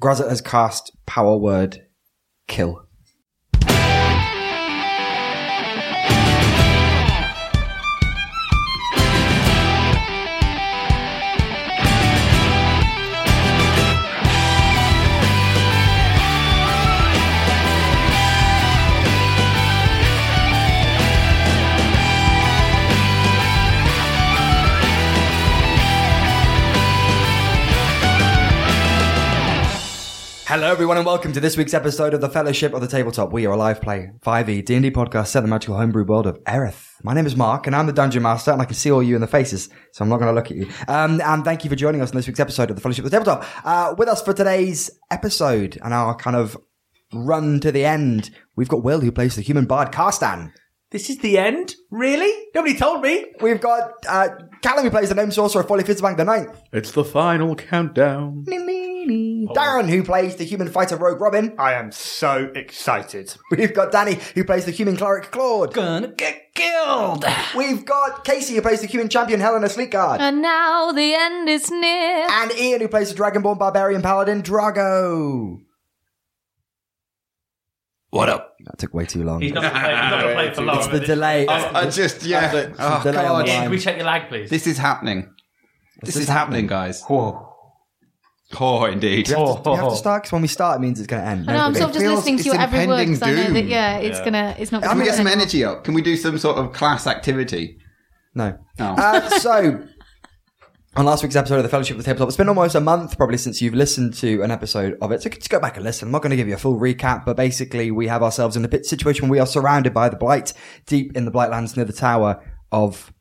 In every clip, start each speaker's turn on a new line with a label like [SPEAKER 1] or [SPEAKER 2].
[SPEAKER 1] Grazit has cast power word kill. Hello, everyone, and welcome to this week's episode of the Fellowship of the Tabletop. We are a live play E, 5e D&D podcast set in the magical homebrew world of Erith. My name is Mark, and I'm the Dungeon Master, and I can see all you in the faces, so I'm not going to look at you. Um, and thank you for joining us in this week's episode of the Fellowship of the Tabletop. Uh, with us for today's episode and our kind of run to the end, we've got Will, who plays the human bard Karstan.
[SPEAKER 2] This is the end? Really? Nobody told me.
[SPEAKER 1] We've got uh, Callum, who plays the gnome sorcerer Folly Fizzbank the Ninth.
[SPEAKER 3] It's the final countdown.
[SPEAKER 1] Darren, who plays the human fighter Rogue Robin.
[SPEAKER 4] I am so excited.
[SPEAKER 1] We've got Danny, who plays the human cleric Claude.
[SPEAKER 2] Gonna get killed.
[SPEAKER 1] We've got Casey, who plays the human champion Helena Sleekguard.
[SPEAKER 5] And now the end is near.
[SPEAKER 1] and Ian, who plays the dragonborn barbarian paladin Drago.
[SPEAKER 3] What up?
[SPEAKER 1] That took way too long.
[SPEAKER 2] He's not going to play for long.
[SPEAKER 1] it's the delay.
[SPEAKER 6] I just yeah. Oh,
[SPEAKER 1] delay on the
[SPEAKER 2] Ian,
[SPEAKER 6] God.
[SPEAKER 2] can
[SPEAKER 1] line.
[SPEAKER 2] we check your lag, please?
[SPEAKER 6] This is happening. This,
[SPEAKER 1] is
[SPEAKER 6] is happening, guys.
[SPEAKER 2] oh,
[SPEAKER 6] Oh, indeed.
[SPEAKER 2] oh,
[SPEAKER 1] We have to start because when we start, it means it's going to end.
[SPEAKER 5] I know, I'm sort of just
[SPEAKER 6] feels-
[SPEAKER 5] listening to
[SPEAKER 6] it's
[SPEAKER 5] your every word
[SPEAKER 6] impending
[SPEAKER 5] because I know that,
[SPEAKER 6] doom.
[SPEAKER 5] yeah, it's gonna, it's not
[SPEAKER 6] Can
[SPEAKER 5] gonna
[SPEAKER 6] we get some
[SPEAKER 5] end.
[SPEAKER 6] energy up? Can we do some sort of class activity?
[SPEAKER 1] No.
[SPEAKER 6] No.
[SPEAKER 1] Uh, so, on last week's episode of the Fellowship of the Tabletop, it's been almost a month probably since you've listened to an episode of it. So just go back and listen. I'm not going to give you a full recap, but basically we have ourselves in a bit situation where we are surrounded by the Blight, deep in the Blightlands near the Tower of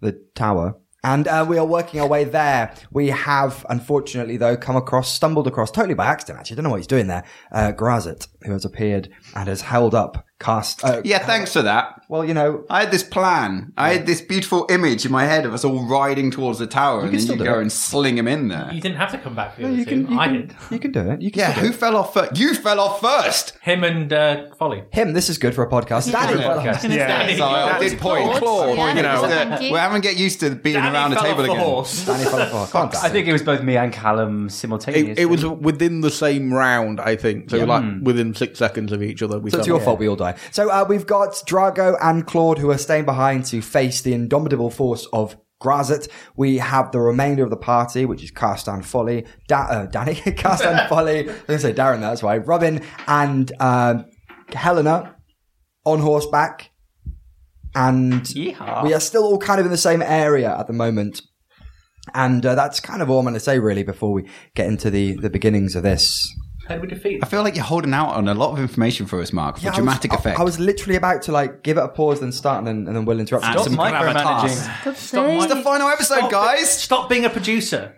[SPEAKER 1] the Tower. And uh, we are working our way there. We have, unfortunately, though, come across, stumbled across, totally by accident, actually. I don't know what he's doing there. Uh, Grazit, who has appeared and has held up cast. Uh,
[SPEAKER 6] Yeah, thanks for that.
[SPEAKER 1] Well, you know,
[SPEAKER 6] I had this plan. I had this beautiful image in my head of us all riding towards the tower, and then
[SPEAKER 1] still do
[SPEAKER 6] you go
[SPEAKER 1] it.
[SPEAKER 6] and sling him in there.
[SPEAKER 2] You didn't have to come back for the
[SPEAKER 1] you,
[SPEAKER 2] other two.
[SPEAKER 1] can, you,
[SPEAKER 2] I
[SPEAKER 1] can,
[SPEAKER 2] did.
[SPEAKER 1] you can do it. You can
[SPEAKER 6] Yeah,
[SPEAKER 1] still do
[SPEAKER 6] who fell off first? You fell off first.
[SPEAKER 2] Him and uh, Folly.
[SPEAKER 1] Him, this is good for a podcast. Danny,
[SPEAKER 5] Yeah.
[SPEAKER 1] well,
[SPEAKER 2] Okay.
[SPEAKER 4] Yeah,
[SPEAKER 2] Danny.
[SPEAKER 6] So I
[SPEAKER 2] Danny.
[SPEAKER 6] did point.
[SPEAKER 5] Claude. Yeah,
[SPEAKER 6] you know,
[SPEAKER 5] that's a thank you.
[SPEAKER 6] we're having to get used to being
[SPEAKER 2] Danny
[SPEAKER 6] around the
[SPEAKER 2] fell
[SPEAKER 6] table
[SPEAKER 2] off the
[SPEAKER 6] again.
[SPEAKER 2] horse.
[SPEAKER 1] Danny fell off. Come on,
[SPEAKER 7] I
[SPEAKER 1] Danny.
[SPEAKER 7] think it was both me and Callum simultaneously.
[SPEAKER 3] It, it was within the same round, I think. So like within six seconds of each other. We
[SPEAKER 1] So it's
[SPEAKER 3] fell
[SPEAKER 1] your
[SPEAKER 3] off.
[SPEAKER 1] fault we all die. So uh, we've got Drago and Claude who are staying behind to face the indomitable force of Grazit. We have the remainder of the party, which is Carstan Folly, da- uh, Danny, Carstan Folly, I was going to say Darren, that's why, Robin and um, Helena on horseback. And
[SPEAKER 2] Yeehaw.
[SPEAKER 1] we are still all kind of in the same area at the moment. And uh, that's kind of all I'm going to say, really, before we get into the, the beginnings of this.
[SPEAKER 2] How did we defeat
[SPEAKER 6] I feel like you're holding out on a lot of information for us, Mark, for
[SPEAKER 1] Yeah, I was-
[SPEAKER 6] dramatic
[SPEAKER 1] I-
[SPEAKER 6] effect.
[SPEAKER 1] I, was literally about to like give it a pause, then start, and then, and then Will interrupt.
[SPEAKER 6] And
[SPEAKER 1] Stop.
[SPEAKER 6] some gravitas.
[SPEAKER 7] micromanaging.
[SPEAKER 5] God's
[SPEAKER 2] Stop
[SPEAKER 5] sake.
[SPEAKER 6] It's the final episode, guys.
[SPEAKER 2] Stop being a producer.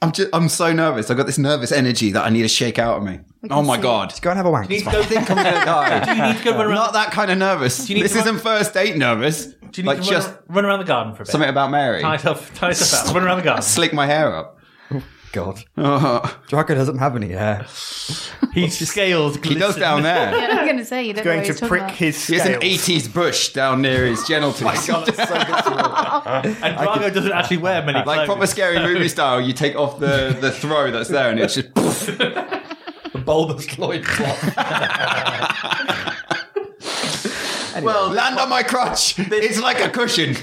[SPEAKER 6] I'm just, I'm so nervous. I've got this nervous energy that I need to shake out of me. Oh my god.
[SPEAKER 1] Go and have a wank.
[SPEAKER 2] Do you
[SPEAKER 1] It's
[SPEAKER 2] need
[SPEAKER 1] fine.
[SPEAKER 2] to go, do
[SPEAKER 6] I think I'm gonna die.
[SPEAKER 2] you need to go run around,
[SPEAKER 6] Not that kind of nervous.
[SPEAKER 2] you need
[SPEAKER 6] This
[SPEAKER 2] to run-
[SPEAKER 6] isn't first date nervous.
[SPEAKER 2] do you need
[SPEAKER 6] like
[SPEAKER 2] to
[SPEAKER 6] just
[SPEAKER 2] run, run around the garden for a bit?
[SPEAKER 6] something about Mary.
[SPEAKER 2] Tie yourself tie yourself out. Run around the garden.
[SPEAKER 6] Slick my hair up.
[SPEAKER 1] God,
[SPEAKER 6] Oh,
[SPEAKER 1] Draco doesn't have any hair.
[SPEAKER 2] He's scaled.
[SPEAKER 6] he does down there.
[SPEAKER 5] Yeah, I'm gonna say you don't know
[SPEAKER 4] Going
[SPEAKER 5] what
[SPEAKER 4] to
[SPEAKER 5] he's talking
[SPEAKER 4] prick
[SPEAKER 5] about.
[SPEAKER 4] his
[SPEAKER 6] He has an
[SPEAKER 4] scales.
[SPEAKER 6] 80s bush down near his genitals.
[SPEAKER 2] And Drago doesn't actually wear many
[SPEAKER 6] like
[SPEAKER 2] clothes.
[SPEAKER 6] proper scary movie style, you take off the, the throw that's there and it's just poof.
[SPEAKER 7] bulbous loincloth.
[SPEAKER 6] Well, land on my crotch. It's like a cushion.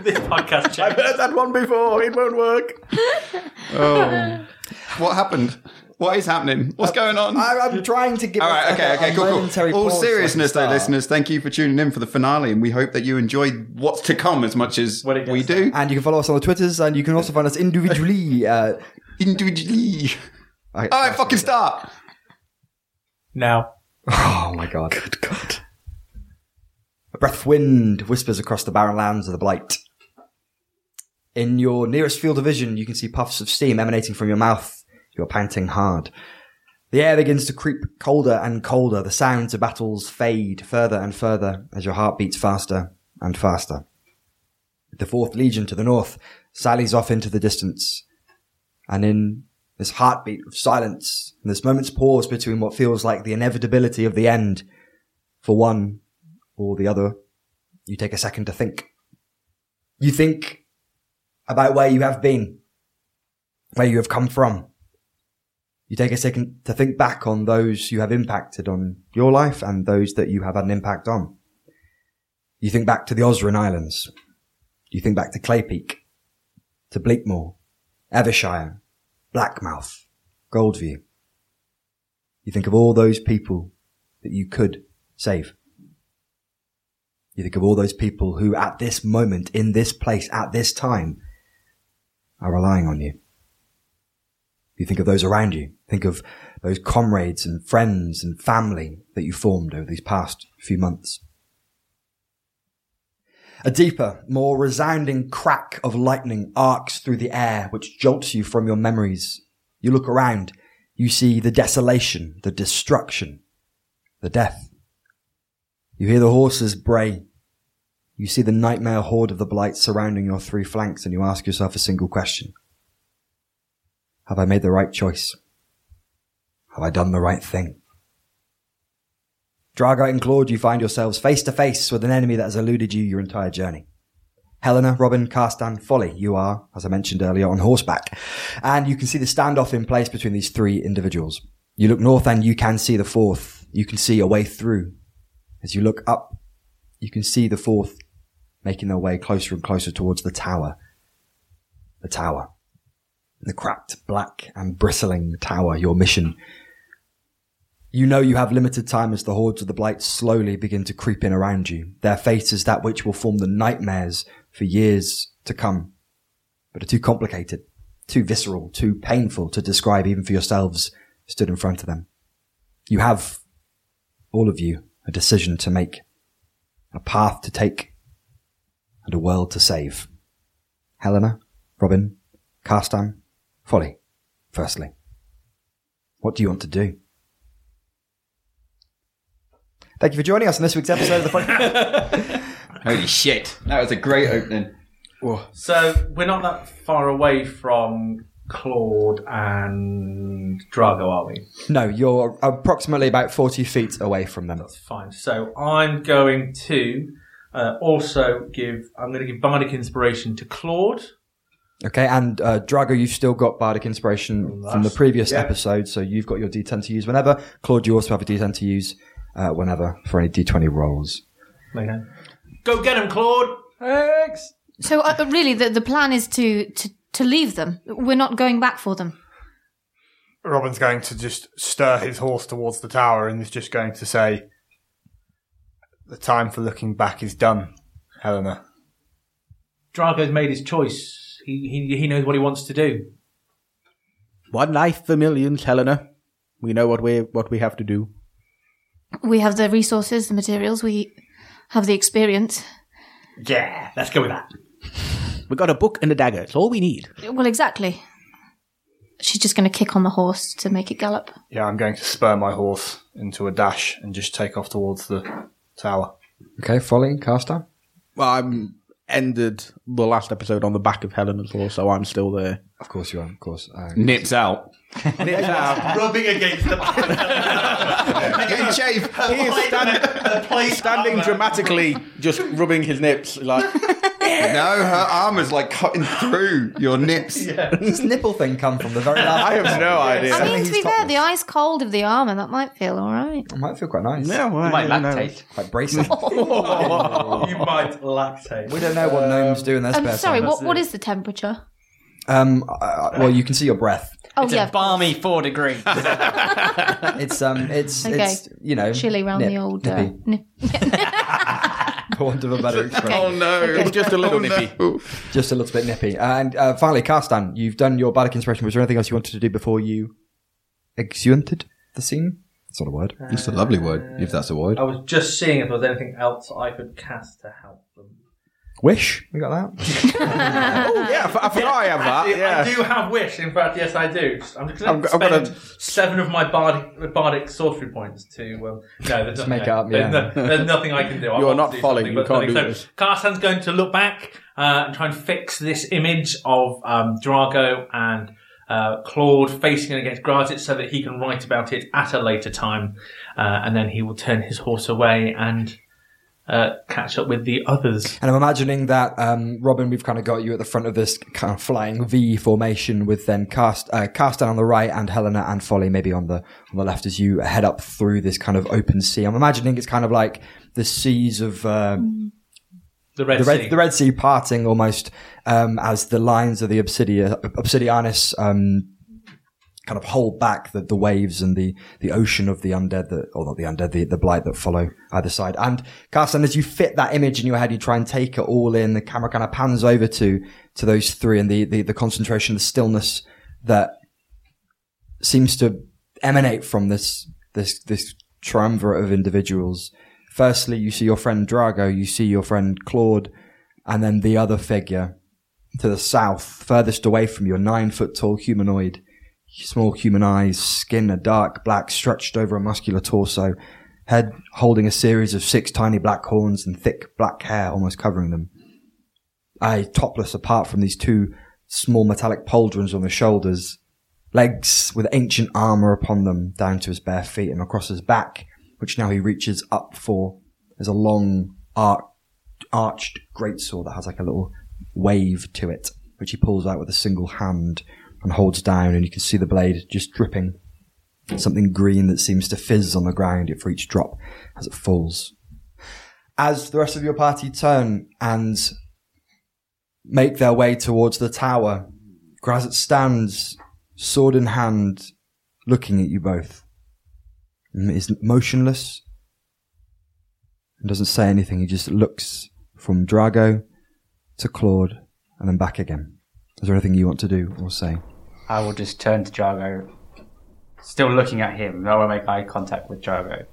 [SPEAKER 2] this podcast
[SPEAKER 3] I've
[SPEAKER 2] check.
[SPEAKER 3] heard that one before. It won't work.
[SPEAKER 2] Oh.
[SPEAKER 6] What happened? What is happening? What's going on?
[SPEAKER 1] I, I'm trying to give.
[SPEAKER 6] All
[SPEAKER 1] us,
[SPEAKER 6] right,
[SPEAKER 1] like,
[SPEAKER 6] okay,
[SPEAKER 1] a-
[SPEAKER 6] okay,
[SPEAKER 1] a
[SPEAKER 6] cool,
[SPEAKER 1] momentary
[SPEAKER 6] cool. All
[SPEAKER 1] pause so I can
[SPEAKER 6] seriousness, though,
[SPEAKER 1] start.
[SPEAKER 6] listeners, thank you for tuning in for the finale, and we hope that you enjoyed what's to come as much as
[SPEAKER 2] When it gets
[SPEAKER 6] we do.
[SPEAKER 1] And you can follow us on the Twitters, and you can also find us individually. Uh,
[SPEAKER 6] Individually. All right, fucking start.
[SPEAKER 2] Now.
[SPEAKER 1] Oh my god. Good god. A breath of wind whispers across the barren lands of the Blight. In your nearest field of vision, you can see puffs of steam emanating from your mouth. You're panting hard. The air begins to creep colder and colder. The sounds of battles fade further and further as your heart beats faster and faster. The Fourth Legion to the north sallies off into the distance. And in this heartbeat of silence, and this moment's pause between what feels like the inevitability of the end for one or the other, you take a second to think. You think about where you have been, where you have come from. You take a second to think back on those you have impacted on your life and those that you have had an impact on. You think back to the Osran Islands. You think back to Clay Peak, to Bleakmoor, Evershire, Blackmouth, Goldview. You think of all those people that you could save. You think of all those people who at this moment, in this place, at this time, are relying on you. You think of those around you. Think of those comrades and friends and family that you formed over these past few months. A deeper, more resounding crack of lightning arcs through the air, which jolts you from your memories. You look around. You see the desolation, the destruction, the death. You hear the horses bray. You see the nightmare horde of the blight surrounding your three flanks, and you ask yourself a single question Have I made the right choice? Have I done the right thing? Drago and Claude, you find yourselves face to face with an enemy that has eluded you your entire journey. Helena, Robin, Carstan, Folly, you are, as I mentioned earlier, on horseback. And you can see the standoff in place between these three individuals. You look north and you can see the fourth. You can see a way through. As you look up, you can see the fourth making their way closer and closer towards the tower. The tower. The cracked, black, and bristling tower, your mission you know you have limited time as the hordes of the Blight slowly begin to creep in around you. Their fate is that which will form the nightmares for years to come, but are too complicated, too visceral, too painful to describe even for yourselves stood in front of them. You have, all of you, a decision to make, a path to take, and a world to save. Helena, Robin, Carstan, Folly, firstly. What do you want to do? Thank you for joining us on this week's episode of the podcast.
[SPEAKER 6] Holy shit. That was a great opening.
[SPEAKER 2] So we're not that far away from Claude and Drago, are we?
[SPEAKER 1] no, you're approximately about 40 feet away from them.
[SPEAKER 2] That's fine. So I'm going to uh, also give. I'm going to give bardic inspiration to Claude.
[SPEAKER 1] Okay, and uh, Drago, you've still got Bardic Inspiration from the previous
[SPEAKER 2] yeah.
[SPEAKER 1] episode, so you've got your D10 to use whenever. Claude, you also have a D10 to use uh, whenever for any D20 rolls.
[SPEAKER 2] Okay. Go get him, Claude.
[SPEAKER 1] Thanks!
[SPEAKER 5] So uh, really, the, the plan is to, to to leave them. We're not going back for them.
[SPEAKER 4] Robin's going to just stir his horse towards the tower and is just going to say, The time for looking back is done, Helena.
[SPEAKER 2] Drago's made his choice. He he, he knows what he wants to do.
[SPEAKER 3] One life for millions, Helena. We know what we what we have to do.
[SPEAKER 5] We have the resources, the materials. We have the experience.
[SPEAKER 2] Yeah, let's go with that.
[SPEAKER 3] We got a book and a dagger. It's all we need.
[SPEAKER 5] Well, exactly. She's just going to kick on the horse to make it gallop.
[SPEAKER 4] Yeah, I'm going to spur my horse into a dash and just take off towards the tower.
[SPEAKER 1] Okay, Folly, Carstar.
[SPEAKER 3] Well, I'm ended the last episode on the back of Helena's horse, so I'm still there.
[SPEAKER 1] Of course you are, of course. Uh,
[SPEAKER 6] Nips out.
[SPEAKER 2] Rubbing against the
[SPEAKER 6] Getting shaved.
[SPEAKER 3] He is standing dramatically, just rubbing his nips like.
[SPEAKER 6] No, her arm is like cutting through your nips.
[SPEAKER 1] this nipple thing come from the very
[SPEAKER 3] I
[SPEAKER 1] last.
[SPEAKER 3] have no
[SPEAKER 5] I
[SPEAKER 3] idea.
[SPEAKER 5] mean,
[SPEAKER 1] he's
[SPEAKER 5] to be fair,
[SPEAKER 1] topless.
[SPEAKER 5] the ice cold of the armour that might feel all right.
[SPEAKER 1] It might feel quite nice.
[SPEAKER 3] Yeah, well,
[SPEAKER 7] Might
[SPEAKER 3] I don't know.
[SPEAKER 7] lactate.
[SPEAKER 1] Quite bracing.
[SPEAKER 2] you might lactate.
[SPEAKER 1] we don't know what gnomes do in their
[SPEAKER 5] I'm
[SPEAKER 1] spare
[SPEAKER 5] Um, sorry.
[SPEAKER 1] time.
[SPEAKER 5] What what is the temperature?
[SPEAKER 1] Um, uh, well, you can see your breath.
[SPEAKER 5] Oh
[SPEAKER 7] It's
[SPEAKER 5] yeah,
[SPEAKER 7] a balmy four degrees.
[SPEAKER 1] It's, um, it's,
[SPEAKER 5] Okay.
[SPEAKER 1] it's you know...
[SPEAKER 5] chilly round
[SPEAKER 1] nip-
[SPEAKER 5] the old. Uh,
[SPEAKER 1] nippy,
[SPEAKER 5] nip.
[SPEAKER 1] For want of a better expression.
[SPEAKER 6] Oh no.
[SPEAKER 3] It's just a little nippy.
[SPEAKER 1] Just a little bit nippy. And uh, finally, Karstan, you've done your bardic inspiration. Was there anything else you wanted to do before you exuented the scene? It's not a word.
[SPEAKER 6] It's a lovely word, if that's a word.
[SPEAKER 3] Oh.
[SPEAKER 2] I was just seeing if there was anything else I could cast to help them.
[SPEAKER 1] Wish. We got that.
[SPEAKER 3] Oh, Yeah, I, I forgot I have that. Yeah.
[SPEAKER 2] I do have wish. In fact, yes, I do. I'm just
[SPEAKER 3] I'm
[SPEAKER 2] going
[SPEAKER 3] go-
[SPEAKER 2] to
[SPEAKER 3] I'm
[SPEAKER 2] spend
[SPEAKER 3] gonna-
[SPEAKER 2] seven of my bardic, bardic sorcery points to. Um, no, there's nothing
[SPEAKER 1] make
[SPEAKER 2] I-
[SPEAKER 1] it up,
[SPEAKER 2] There's,
[SPEAKER 1] yeah.
[SPEAKER 2] no- there's nothing I can do. I
[SPEAKER 3] You're
[SPEAKER 2] want
[SPEAKER 3] not
[SPEAKER 2] to do
[SPEAKER 3] falling,
[SPEAKER 2] something,
[SPEAKER 3] you
[SPEAKER 2] but
[SPEAKER 3] can't
[SPEAKER 2] nothing.
[SPEAKER 3] do
[SPEAKER 2] So
[SPEAKER 3] this.
[SPEAKER 2] Karsan's going to look back uh, and try and fix this image of um, Drago and. Uh, Claude facing against Grazit so that he can write about it at a later time, uh, and then he will turn his horse away and uh, catch up with the others.
[SPEAKER 1] And I'm imagining that, um, Robin, we've kind of got you at the front of this kind of flying V formation with then cast, uh, Castan on the right and Helena and Folly maybe on the, on the left as you head up through this kind of open sea. I'm imagining it's kind of like the seas of, uh,
[SPEAKER 2] The Red,
[SPEAKER 1] the Red,
[SPEAKER 2] Sea.
[SPEAKER 1] the Red Sea parting almost um, as the lines of the obsidia, Obsidianus um, kind of hold back the, the waves and the, the ocean of the undead, that, or not the undead, the, the blight that follow either side. And Carson, as you fit that image in your head, you try and take it all in. The camera kind of pans over to to those three and the, the, the concentration, the stillness that seems to emanate from this this this triumvirate of individuals. Firstly, you see your friend Drago, you see your friend Claude, and then the other figure to the south, furthest away from you, a nine foot tall humanoid, small human eyes, skin a dark black, stretched over a muscular torso, head holding a series of six tiny black horns and thick black hair almost covering them. Eye topless apart from these two small metallic pauldrons on the shoulders legs with ancient armor upon them down to his bare feet and across his back, which now he reaches up for. There's a long arc, arched greatsword that has like a little wave to it, which he pulls out with a single hand and holds down, and you can see the blade just dripping. Something green that seems to fizz on the ground for each drop as it falls. As the rest of your party turn and make their way towards the tower, Grazit stands sword in hand, looking at you both. M- Is motionless and doesn't say anything. He just looks from Drago to Claude and then back again. Is there anything you want to do or say?
[SPEAKER 7] I will just turn to Jargo, still looking at him. I will make eye contact with Jargo.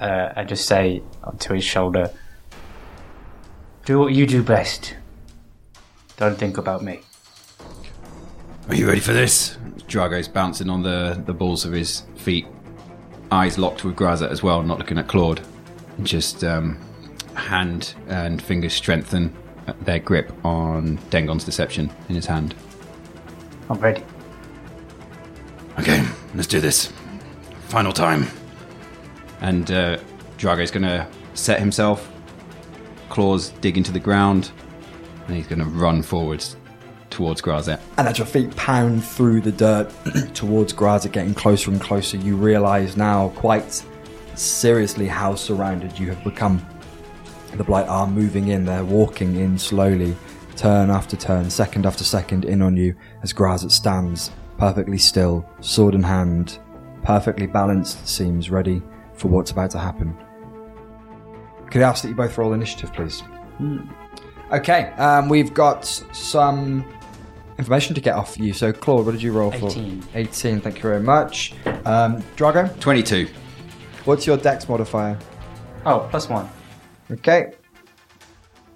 [SPEAKER 7] Uh, and just say onto his shoulder, "Do what you do best. Don't think about me."
[SPEAKER 6] Are you ready for this? Drago's bouncing on the, the balls of his feet, eyes locked with Grazat as well, not looking at Claude. Just um, hand and fingers strengthen their grip on Dengon's deception in his hand.
[SPEAKER 7] I'm ready.
[SPEAKER 6] Okay, let's do this. Final time. And uh, Drago's gonna set himself, claws dig into the ground, and he's gonna run forwards towards Grazet.
[SPEAKER 1] And as your feet pound through the dirt towards Graza, getting closer and closer, you realize now quite seriously how surrounded you have become. The Blight are moving in, they're walking in slowly, turn after turn, second after second, in on you as Grazit stands, perfectly still, sword in hand, perfectly balanced, it seems ready for what's about to happen. Could I ask that you both roll initiative, please? Okay, um, we've got some information to get off you. So, Claude, what did you roll for?
[SPEAKER 7] 18.
[SPEAKER 1] 18, thank you very much. Um, Drago,
[SPEAKER 6] 22.
[SPEAKER 1] what's your dex modifier?
[SPEAKER 7] Oh, plus one.
[SPEAKER 1] Okay,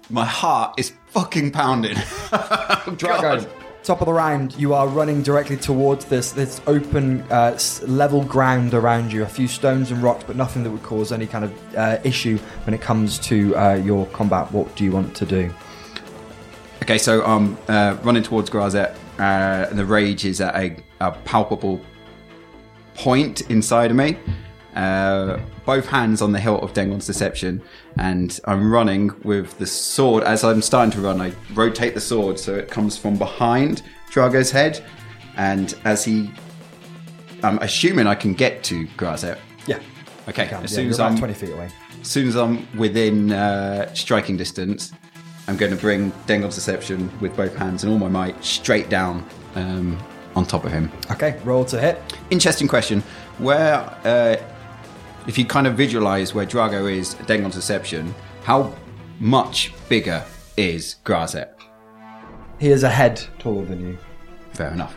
[SPEAKER 6] My heart is fucking pounding.
[SPEAKER 1] Drago, top of the round, you are running directly towards this this open, uh, s- level ground around you. A few stones and rocks, but nothing that would cause any kind of uh, issue when it comes to uh, your combat. What do you want to do?
[SPEAKER 6] Okay, so I'm uh, running towards Grazet, uh, and the rage is at a, a palpable point inside of me. Uh, both hands on the hilt of Dengon's deception, and I'm running with the sword. As I'm starting to run, I rotate the sword so it comes from behind Drago's head, and as he, I'm assuming I can get to Grazet.
[SPEAKER 1] Yeah.
[SPEAKER 6] Okay,
[SPEAKER 1] Can.
[SPEAKER 6] as
[SPEAKER 1] yeah,
[SPEAKER 6] soon
[SPEAKER 1] you're
[SPEAKER 6] as
[SPEAKER 1] about
[SPEAKER 6] I'm
[SPEAKER 1] 20 feet away.
[SPEAKER 6] as soon as I'm within uh, striking distance, I'm going to bring Dengon's deception with both hands and all my might straight down um, on top of him.
[SPEAKER 1] Okay, roll to hit.
[SPEAKER 6] Interesting question. Where, uh, if you kind of visualize where Drago is, Dengon's deception, how much bigger is Grazet?
[SPEAKER 1] He is a head taller than you.
[SPEAKER 6] Fair enough.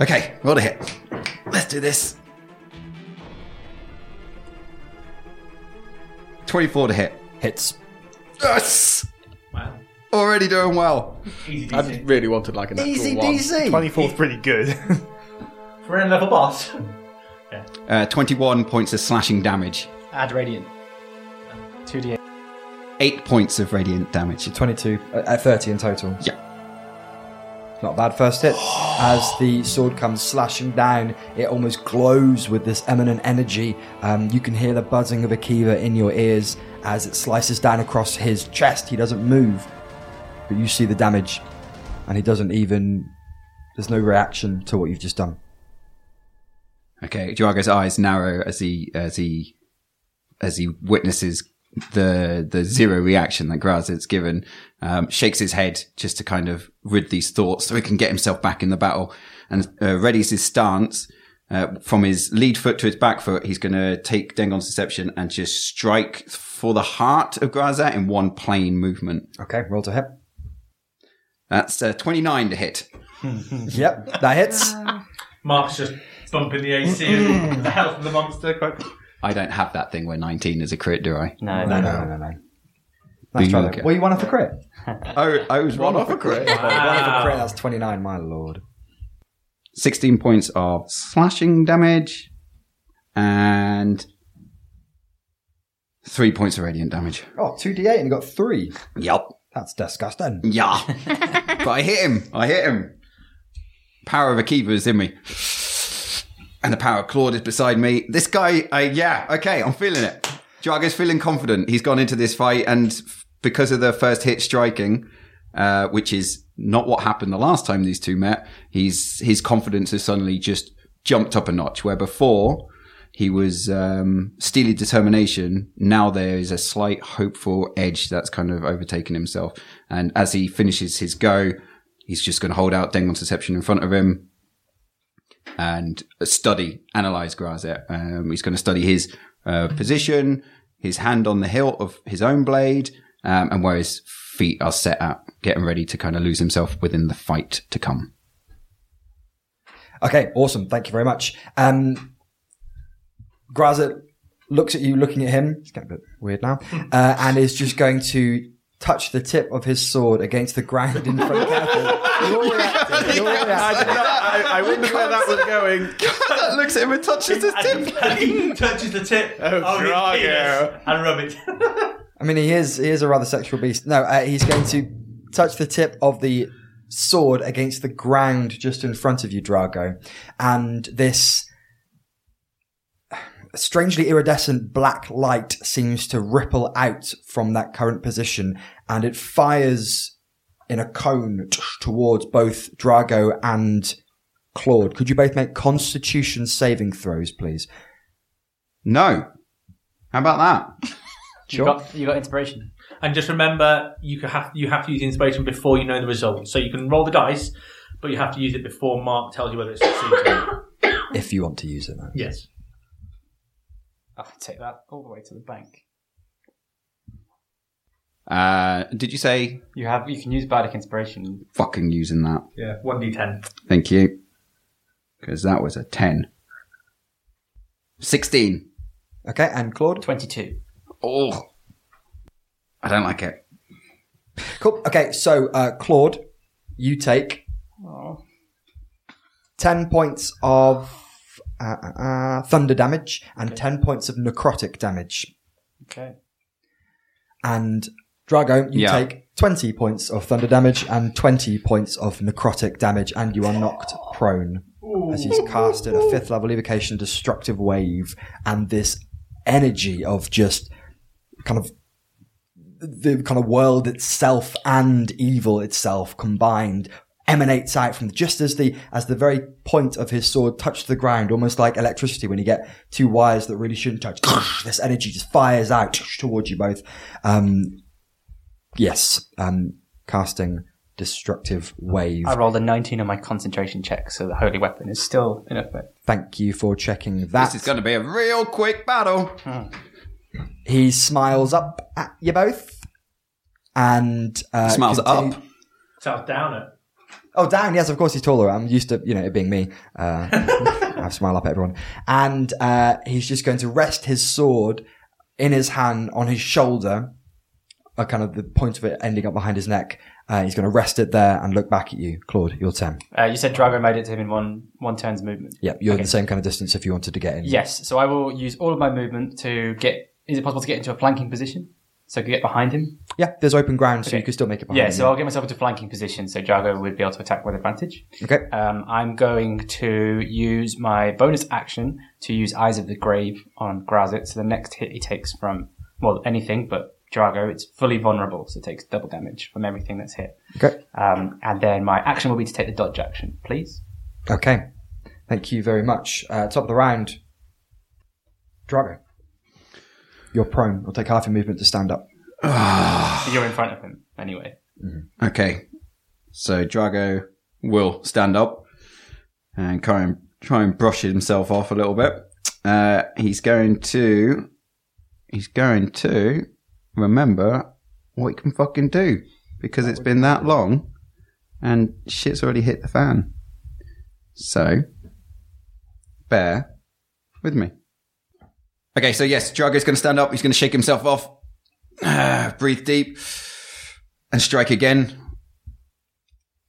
[SPEAKER 6] Okay, roll a hit. Let's do this. 24 to hit.
[SPEAKER 1] Hits.
[SPEAKER 6] Yes!
[SPEAKER 2] Wow.
[SPEAKER 6] Already doing well.
[SPEAKER 2] Easy,
[SPEAKER 3] I
[SPEAKER 2] easy.
[SPEAKER 3] just really wanted like a natural
[SPEAKER 1] Easy
[SPEAKER 3] one.
[SPEAKER 1] DC.
[SPEAKER 4] 24's pretty good.
[SPEAKER 2] For a level boss.
[SPEAKER 6] Uh, 21 points of slashing damage,
[SPEAKER 7] Add radiant. Two d
[SPEAKER 6] 8 points of radiant damage.
[SPEAKER 1] 22, uh, uh, 30 in total.
[SPEAKER 6] Yeah.
[SPEAKER 1] Not a bad first hit. As the sword comes slashing down, it almost glows with this eminent energy. Um, you can hear the buzzing of a kiva in your ears as it slices down across his chest. He doesn't move, but you see the damage, and he doesn't even. There's no reaction to what you've just done.
[SPEAKER 6] Okay, Drago's eyes narrow as he as he as he witnesses the the zero reaction that Grazit's given. Um, shakes his head just to kind of rid these thoughts so he can get himself back in the battle, and uh, readies his stance. Uh, from his lead foot to his back foot, he's going to take Dengon's deception and just strike for the heart of Grazat in one plain movement.
[SPEAKER 1] Okay, roll to hit.
[SPEAKER 6] That's uh, 29 to hit.
[SPEAKER 1] Yep, that hits.
[SPEAKER 2] Mark's just bumping the AC and the health of the monster. Quite.
[SPEAKER 6] I don't have that thing where 19 is a crit, do I?
[SPEAKER 7] No,
[SPEAKER 1] No,
[SPEAKER 7] no,
[SPEAKER 1] no, no, no. Nice try.
[SPEAKER 6] you
[SPEAKER 1] though.
[SPEAKER 6] get-
[SPEAKER 1] Well, you won off a crit.
[SPEAKER 6] Oh, I was one off a crit.
[SPEAKER 1] Well, one off a crit. That's twenty-nine. My lord.
[SPEAKER 6] 16 points of slashing damage and 3 points of radiant damage.
[SPEAKER 1] Oh, 2d8 and you got three.
[SPEAKER 6] Yup.
[SPEAKER 1] That's disgusting.
[SPEAKER 6] Yeah. but I hit him. I hit him. Power of Akiva is in me. And the power of Claude is beside me. This guy, I, yeah, okay, I'm feeling it. Drago's feeling confident. He's gone into this fight, and f- because of the first hit striking, uh, which is not what happened the last time these two met, he's his confidence has suddenly just jumped up a notch. Where before he was um, steely determination. Now there is a slight hopeful edge that's kind of overtaken himself. And as he finishes his go, he's just going to hold out Dengon's deception in front of him and study, analyze Grazet. Um, he's going to study his uh, position, his hand on the hilt of his own blade, um, and where his feet are set at, getting ready to kind of lose himself within the fight to come.
[SPEAKER 1] Okay, awesome. Thank you very much. Um, Grazit looks at you, looking at him. It's getting a bit weird now. Uh, and is just going to touch the tip of his sword against the ground in front of Catherine. You're reacting. You're reacting.
[SPEAKER 3] I, I wouldn't know where that was going.
[SPEAKER 6] looks at him and touches his
[SPEAKER 2] And he, and he touches the tip
[SPEAKER 3] Oh,
[SPEAKER 2] of his
[SPEAKER 3] Drago.
[SPEAKER 2] penis and rub it.
[SPEAKER 1] I mean, he is he is a rather sexual beast. No, uh, he's going to touch the tip of the sword against the ground just in front of you, Drago, and this strangely iridescent black light seems to ripple out from that current position, and it fires in a cone t- towards both Drago and Claude. Could you both make Constitution saving throws, please?
[SPEAKER 6] No. How about that?
[SPEAKER 7] You, got, you got inspiration.
[SPEAKER 2] And just remember, you can have you have to use inspiration before you know the result. So you can roll the dice, but you have to use it before Mark tells you whether it's succeeds. or not.
[SPEAKER 1] If you want to use it, though.
[SPEAKER 2] yes.
[SPEAKER 7] I could take that all the way to the bank.
[SPEAKER 6] Uh, did you say
[SPEAKER 7] You have you can use bardic inspiration.
[SPEAKER 6] fucking using that?
[SPEAKER 2] Yeah. One d ten.
[SPEAKER 6] Thank you. Because that was a 10. 16.
[SPEAKER 1] Okay, and Claude.
[SPEAKER 7] Twenty two.
[SPEAKER 6] Oh. I don't like it.
[SPEAKER 1] Cool. Okay, so uh, Claude, you take ten points of uh, uh, uh, thunder damage and ten points of necrotic damage,
[SPEAKER 7] Okay.
[SPEAKER 1] and Drago, you
[SPEAKER 6] Yeah.
[SPEAKER 1] take twenty points of thunder damage and twenty points of necrotic damage, and you are knocked prone as he's casted a fifth level evocation destructive wave, and this energy of just kind of the kind of world itself and evil itself combined emanates out from just as the as the very point of his sword touched the ground almost like electricity when you get two wires that really shouldn't touch this energy just fires out towards you both um yes um casting destructive wave
[SPEAKER 6] Uh,
[SPEAKER 7] I rolled a nineteen on my concentration check, so the holy weapon is still in effect.
[SPEAKER 1] thank you for checking that
[SPEAKER 6] This is going to be a real quick battle.
[SPEAKER 1] he smiles up at you both and uh,
[SPEAKER 6] Smiles
[SPEAKER 1] continue-
[SPEAKER 6] up.
[SPEAKER 2] South Downer.
[SPEAKER 1] Oh, down. Yes, of course he's taller. I'm used to you know it being me. Uh, I smile up at everyone, and uh, he's just going to rest his sword in his hand on his shoulder, uh, kind of the point of it ending up behind his neck. Uh, he's going to rest it there and look back at you, Claude. Your turn.
[SPEAKER 7] Uh, you said Drago made it to him in one one turn's movement.
[SPEAKER 1] Yeah, you're the same kind of distance if you wanted to get in.
[SPEAKER 7] Yes, so I will use all of my movement to get. Is it possible to get into a planking position? So I can get behind him.
[SPEAKER 1] Yeah, there's open ground, so
[SPEAKER 7] Okay.
[SPEAKER 1] you can still make it behind.
[SPEAKER 7] Yeah,
[SPEAKER 1] him.
[SPEAKER 7] so I'll get myself into flanking position so Jago would be able to attack with advantage.
[SPEAKER 1] okay.
[SPEAKER 7] Um, I'm going to use my bonus action to use Eyes of the Grave on Grazit. So the next hit he takes from, well, anything but Drago, it's fully vulnerable, so it takes double damage from everything that's hit.
[SPEAKER 1] Okay.
[SPEAKER 7] Um, and then my action will be to take the dodge action, please.
[SPEAKER 1] Okay. Thank you very much. Uh, top of the round, Drago. You're prone. I'll take half your movement to stand up.
[SPEAKER 7] So you're in front of him anyway.
[SPEAKER 6] Okay. So Drago will stand up and try and, try and brush himself off a little bit. Uh, he's going to, he's going to remember what he can fucking do because it's been that long and shit's already hit the fan. So bear with me. Okay. So yes, Drago's going to stand up. He's going to shake himself off, breathe deep and strike again.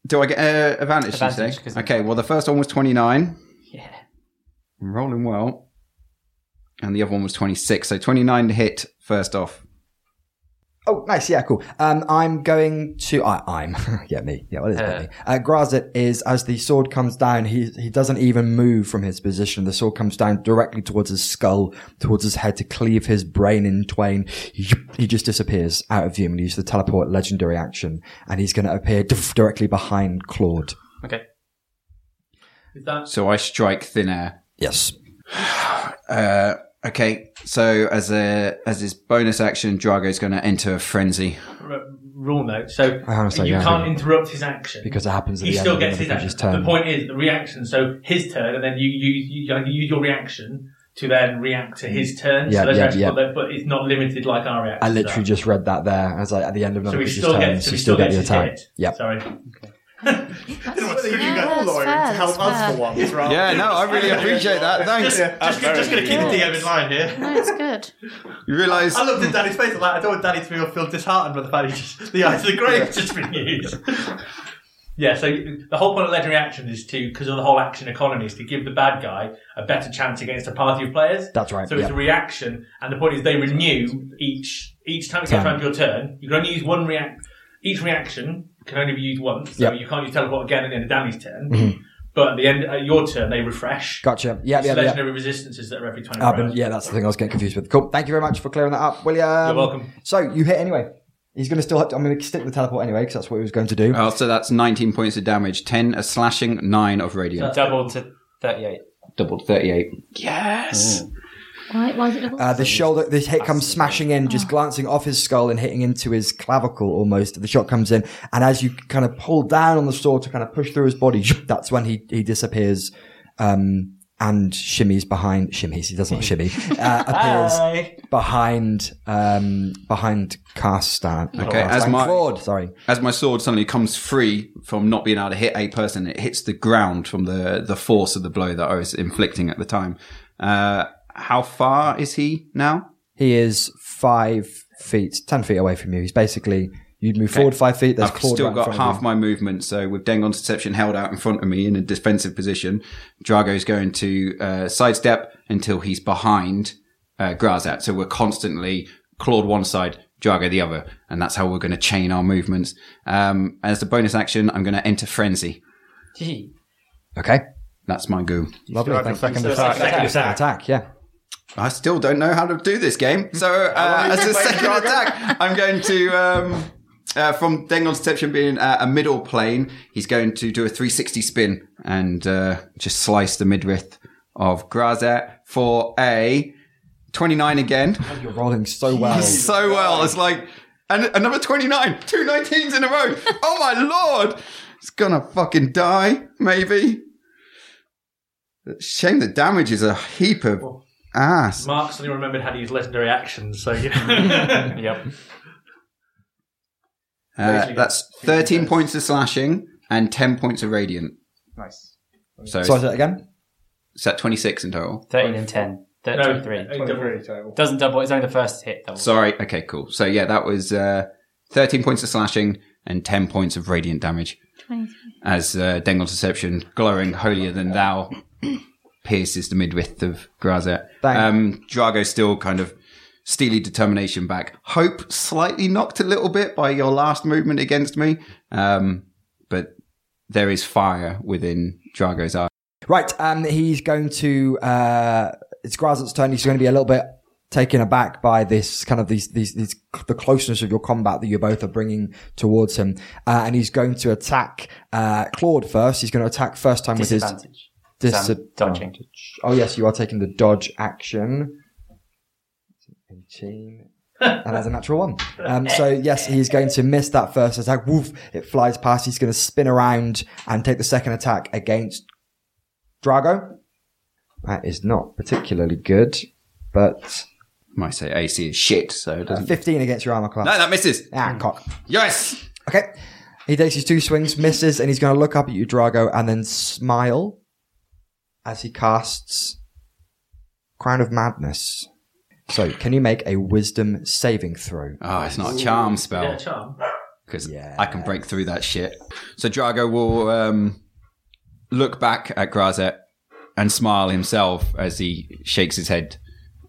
[SPEAKER 6] Do I get uh, advantage? you
[SPEAKER 7] Advantage,
[SPEAKER 6] say?
[SPEAKER 7] 'cause-
[SPEAKER 6] Okay. Well, the first one was twenty nine.
[SPEAKER 7] Yeah.
[SPEAKER 6] I'm rolling well, and the other one was twenty six. So twenty nine hit first off.
[SPEAKER 1] Oh, nice. Yeah, cool. Um, I'm going to. I, I'm. yeah, me. Yeah, well, it's
[SPEAKER 7] Uh.
[SPEAKER 1] me. Uh, Grazit is as the sword comes down. He he doesn't even move from his position. The sword comes down directly towards his skull, towards his head, to cleave his brain in twain. He just disappears out of view. and use the teleport legendary action, and he's going to appear directly behind Claude.
[SPEAKER 7] Okay.
[SPEAKER 2] Is that
[SPEAKER 6] So I strike thin air.
[SPEAKER 1] Yes.
[SPEAKER 6] Uh, okay. So as a as his bonus action, Drago's going to enter a frenzy.
[SPEAKER 2] r- rule note? So
[SPEAKER 1] on a second,
[SPEAKER 2] you
[SPEAKER 1] yeah,
[SPEAKER 2] can't
[SPEAKER 1] I
[SPEAKER 2] interrupt his action
[SPEAKER 1] Because it happens at
[SPEAKER 2] He
[SPEAKER 1] the
[SPEAKER 2] still
[SPEAKER 1] end of
[SPEAKER 2] gets his
[SPEAKER 1] the
[SPEAKER 2] action.
[SPEAKER 1] individual's turn.
[SPEAKER 2] The point is the reaction. So his turn, and then you you you, you use your reaction to then react to his turn.
[SPEAKER 1] Yeah,
[SPEAKER 2] so those
[SPEAKER 1] yeah,
[SPEAKER 2] reactions
[SPEAKER 1] yeah.
[SPEAKER 2] are there, but it's not limited like our reaction.
[SPEAKER 1] I literally just read that there. I was like, at the end of
[SPEAKER 2] So
[SPEAKER 1] another
[SPEAKER 2] we
[SPEAKER 1] person's
[SPEAKER 2] still
[SPEAKER 1] turn,
[SPEAKER 2] get
[SPEAKER 1] so
[SPEAKER 2] so we
[SPEAKER 1] you still get the
[SPEAKER 2] his
[SPEAKER 1] attack.
[SPEAKER 2] hit.
[SPEAKER 1] Yep.
[SPEAKER 2] Sorry.
[SPEAKER 4] What's you
[SPEAKER 5] Yeah,
[SPEAKER 4] got a
[SPEAKER 5] that's
[SPEAKER 4] lawyer
[SPEAKER 5] fair,
[SPEAKER 4] to help
[SPEAKER 5] that's
[SPEAKER 4] us
[SPEAKER 5] fair.
[SPEAKER 4] for once, right?
[SPEAKER 6] Yeah, no, I really appreciate that. Thanks.
[SPEAKER 8] Just, gonna- just going to keep the DM in line here.
[SPEAKER 5] No, it's good.
[SPEAKER 6] You realise
[SPEAKER 8] I looked at Daddy's face. I'm like, I don't want Daddy to feel, feel disheartened by the fact he's just, the eyes of the grave has just been used.
[SPEAKER 2] Yeah, so the whole point of legendary action is to, because of the whole action economy, is to give the bad guy a better chance against a party of players.
[SPEAKER 1] That's right,
[SPEAKER 2] So it's
[SPEAKER 1] yeah.
[SPEAKER 2] a reaction, and the point is they renew each each time it gets
[SPEAKER 1] Time.
[SPEAKER 2] around to your turn. You can only use one react. Each reaction can only be used once, so
[SPEAKER 1] Yeah.
[SPEAKER 2] you can't use teleport again at the end of Danny's turn. But at the end at your turn, they refresh.
[SPEAKER 1] Gotcha. Yeah, Mm-hmm.
[SPEAKER 2] It's
[SPEAKER 1] yeah, yeah.
[SPEAKER 2] legendary resistances that are every twenty
[SPEAKER 1] I've
[SPEAKER 2] four
[SPEAKER 1] been-
[SPEAKER 2] hours.
[SPEAKER 1] yeah, that's the thing I was getting confused with. Cool. Thank you very much for clearing that up, William.
[SPEAKER 2] You're welcome.
[SPEAKER 1] So you hit anyway. He's going to still. Have to, I'm going to stick with teleport anyway because that's what he was going to do.
[SPEAKER 6] Oh, so that's nineteen points of damage, ten of slashing, nine of radiant,
[SPEAKER 7] Double to 38.
[SPEAKER 6] doubled thirty eight.
[SPEAKER 5] Why, why is it double?
[SPEAKER 1] Uh, the shoulder, this hit comes smashing in, just glancing off his skull and hitting into his clavicle almost. The shot comes in, and as you kind of pull down on the sword to kind of push through his body, that's when he he disappears, um, and shimmies behind shimmies. He doesn't shimmy. Uh, appears behind um, behind Carstan.
[SPEAKER 6] Okay, as my-
[SPEAKER 1] Claude, sorry.
[SPEAKER 6] as my sword suddenly comes free from not being able to hit a person, it hits the ground from the the force of the blow that I was inflicting at the time. Uh, how far is he now?
[SPEAKER 1] He is five feet, ten feet away from you. He's basically you'd move forward five feet. There's
[SPEAKER 6] I've
[SPEAKER 1] Claude
[SPEAKER 6] still
[SPEAKER 1] right in
[SPEAKER 6] got
[SPEAKER 1] front of
[SPEAKER 6] half
[SPEAKER 1] you.
[SPEAKER 6] my movement, so with Dengon's deception held out in front of me in a defensive position, Drago's going to uh, sidestep until he's behind uh, Grazat. So we're constantly Claude one side, Drago the other, and that's how we're going to chain our movements. Um, as a bonus action, I'm going to enter frenzy.
[SPEAKER 7] Gee.
[SPEAKER 1] Okay,
[SPEAKER 6] That's my goo.
[SPEAKER 1] lovely.
[SPEAKER 4] have
[SPEAKER 1] Thank
[SPEAKER 4] your second
[SPEAKER 1] you.
[SPEAKER 4] attack.
[SPEAKER 1] Second attack. yeah.
[SPEAKER 6] I still don't know how to do this game. So uh, as a second attack, I'm going to um, uh, from Dengon's deception being uh, a middle plane, he's going to do a 360 spin and uh, just slice the midriff of Grazet for a 29 again.
[SPEAKER 1] You're rolling so well.
[SPEAKER 6] so well, it's like and another 29, two 19s in a row. oh my lord, it's gonna fucking die. Maybe. Shame the damage is a heap of ass.
[SPEAKER 2] Mark suddenly remembered how to use legendary actions, so you know.
[SPEAKER 7] Yep.
[SPEAKER 6] Uh, that's 13 points of slashing and 10 points of radiant.
[SPEAKER 7] Nice.
[SPEAKER 6] So,
[SPEAKER 1] So is
[SPEAKER 6] so
[SPEAKER 1] that again?
[SPEAKER 6] it's at 26 in total.
[SPEAKER 7] 13 and 10. Thir-
[SPEAKER 2] No,
[SPEAKER 7] 23.
[SPEAKER 2] uh, double.
[SPEAKER 7] Doesn't double, it's only the first hit double.
[SPEAKER 6] Sorry. Okay, cool. So yeah, that was uh, 13 points of slashing and 10 points of radiant damage
[SPEAKER 5] 23.
[SPEAKER 6] as uh, Dengon's deception, glowing holier than thou, pierces the midriff of Grazet.
[SPEAKER 1] Bang.
[SPEAKER 6] Um, Drago still kind of steely determination back. Hope slightly knocked a little bit by your last movement against me, um, but there is fire within Drago's eye.
[SPEAKER 1] Right, um, he's going to. Uh, it's Grazant's turn. He's going to be a little bit taken aback by this kind of these these, these the closeness of your combat that you both are bringing towards him, uh, and he's going to attack uh, Claude first. He's going to attack first time with his.
[SPEAKER 7] Disadvantage.
[SPEAKER 1] Dis-
[SPEAKER 7] So I'm dodging.
[SPEAKER 1] Oh yes, you are taking the dodge action. 18. And that's a natural one. Um, so yes, he's going to miss that first attack. Woof! It flies past. He's going to spin around and take the second attack against Drago. That is not particularly good, but
[SPEAKER 6] I might say AC is shit, so it doesn't.
[SPEAKER 1] 15 against your armor class.
[SPEAKER 6] no, that misses.
[SPEAKER 1] Ah, cock.
[SPEAKER 6] Hmm. Yes.
[SPEAKER 1] Okay. He takes his two swings, misses, and he's going to look up at you, Drago, and then smile as he casts Crown of Madness. So, can you make a wisdom saving throw?
[SPEAKER 6] Oh, it's not a charm spell.
[SPEAKER 2] Yeah, charm.
[SPEAKER 6] because
[SPEAKER 1] Yeah.
[SPEAKER 6] I can break through that shit. So Drago will um, look back at Grazet and smile himself as he shakes his head,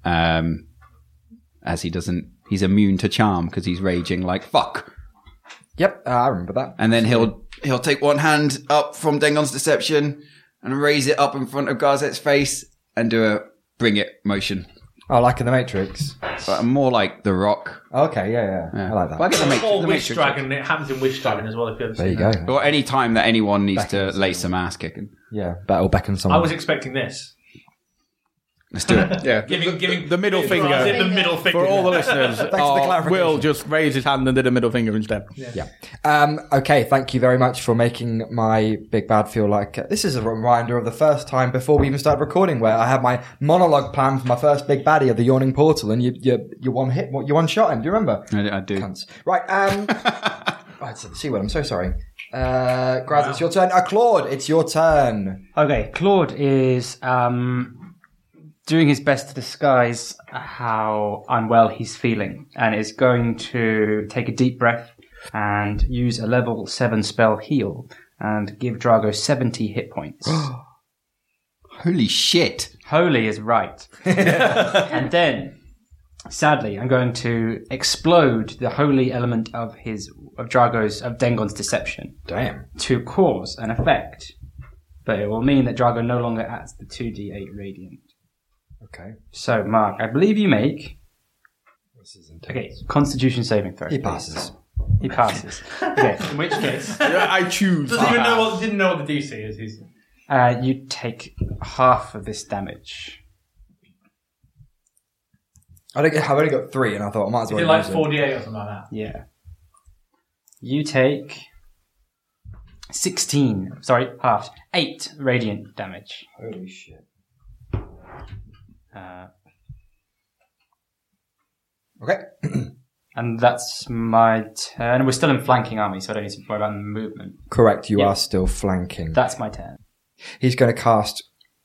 [SPEAKER 6] um, as he doesn't. He's immune to charm because he's raging like fuck.
[SPEAKER 1] Yep, uh, I remember that.
[SPEAKER 6] And then he'll he'll take one hand up from Dengon's deception and raise it up in front of Grazet's face and do a bring it motion,
[SPEAKER 1] Oh, like in the Matrix.
[SPEAKER 6] but more like the Rock.
[SPEAKER 1] Okay, yeah, yeah. I like that.
[SPEAKER 6] But I get the Matrix-
[SPEAKER 2] Or
[SPEAKER 6] the
[SPEAKER 2] Wish
[SPEAKER 6] Matrix.
[SPEAKER 2] Dragon. It happens in Wish Dragon as well. If you ever
[SPEAKER 1] there you
[SPEAKER 2] seen
[SPEAKER 1] go.
[SPEAKER 2] that.
[SPEAKER 6] Or any time that anyone needs to lace some ass kicking.
[SPEAKER 1] Yeah, battle beckon someone.
[SPEAKER 2] I was expecting this.
[SPEAKER 6] Let's do it.
[SPEAKER 3] Yeah.
[SPEAKER 2] Giving, giving
[SPEAKER 3] the middle finger.
[SPEAKER 2] I said the middle finger.
[SPEAKER 3] For all the listeners,
[SPEAKER 1] the
[SPEAKER 3] uh,
[SPEAKER 1] clarification.
[SPEAKER 3] Will just raised his hand and did a middle finger instead.
[SPEAKER 1] Yeah. Um, okay. Thank you very much for making my big bad feel like uh, this is a reminder of the first time before we even started recording, where I had my monologue planned for my first big baddie of the Yawning Portal, and you you you one hit, you one shot him. Do you remember?
[SPEAKER 6] I, I do.
[SPEAKER 1] Cunts. Right. Um, I said the c word. I'm so sorry. Uh, Graz, it's your turn. Uh, Claude, it's your turn.
[SPEAKER 7] Okay, Claude is um, doing his best to disguise how unwell he's feeling and is going to take a deep breath and use a level 7 spell heal and give Drago 70 hit points.
[SPEAKER 6] Holy shit.
[SPEAKER 7] Holy is right. and then, sadly, I'm going to explode the holy element of his of Drago's of Dengon's deception
[SPEAKER 1] Damn.
[SPEAKER 7] to cause an effect, but it will mean that Drago no longer adds the two d eight radiant.
[SPEAKER 1] Okay.
[SPEAKER 7] So, Mark, I believe you make
[SPEAKER 1] This is
[SPEAKER 7] okay Constitution saving throw.
[SPEAKER 1] He passes.
[SPEAKER 7] He passes. okay, in which case
[SPEAKER 3] I choose.
[SPEAKER 2] Doesn't even know what didn't know what the DC is. He's
[SPEAKER 7] uh, you take half of this damage.
[SPEAKER 1] I don't. get- I've only got three, and I thought I might as
[SPEAKER 2] is
[SPEAKER 1] well.
[SPEAKER 2] it like
[SPEAKER 1] use
[SPEAKER 2] forty eight or something like that?
[SPEAKER 7] Yeah. You take 16, sorry, half, 8 radiant damage.
[SPEAKER 1] Holy shit.
[SPEAKER 7] Uh,
[SPEAKER 1] Okay.
[SPEAKER 7] and that's my turn. We're still in flanking army, so I don't need to worry about movement.
[SPEAKER 1] Correct. You
[SPEAKER 7] Yeah.
[SPEAKER 1] are still flanking.
[SPEAKER 7] That's my turn.
[SPEAKER 1] He's going to cast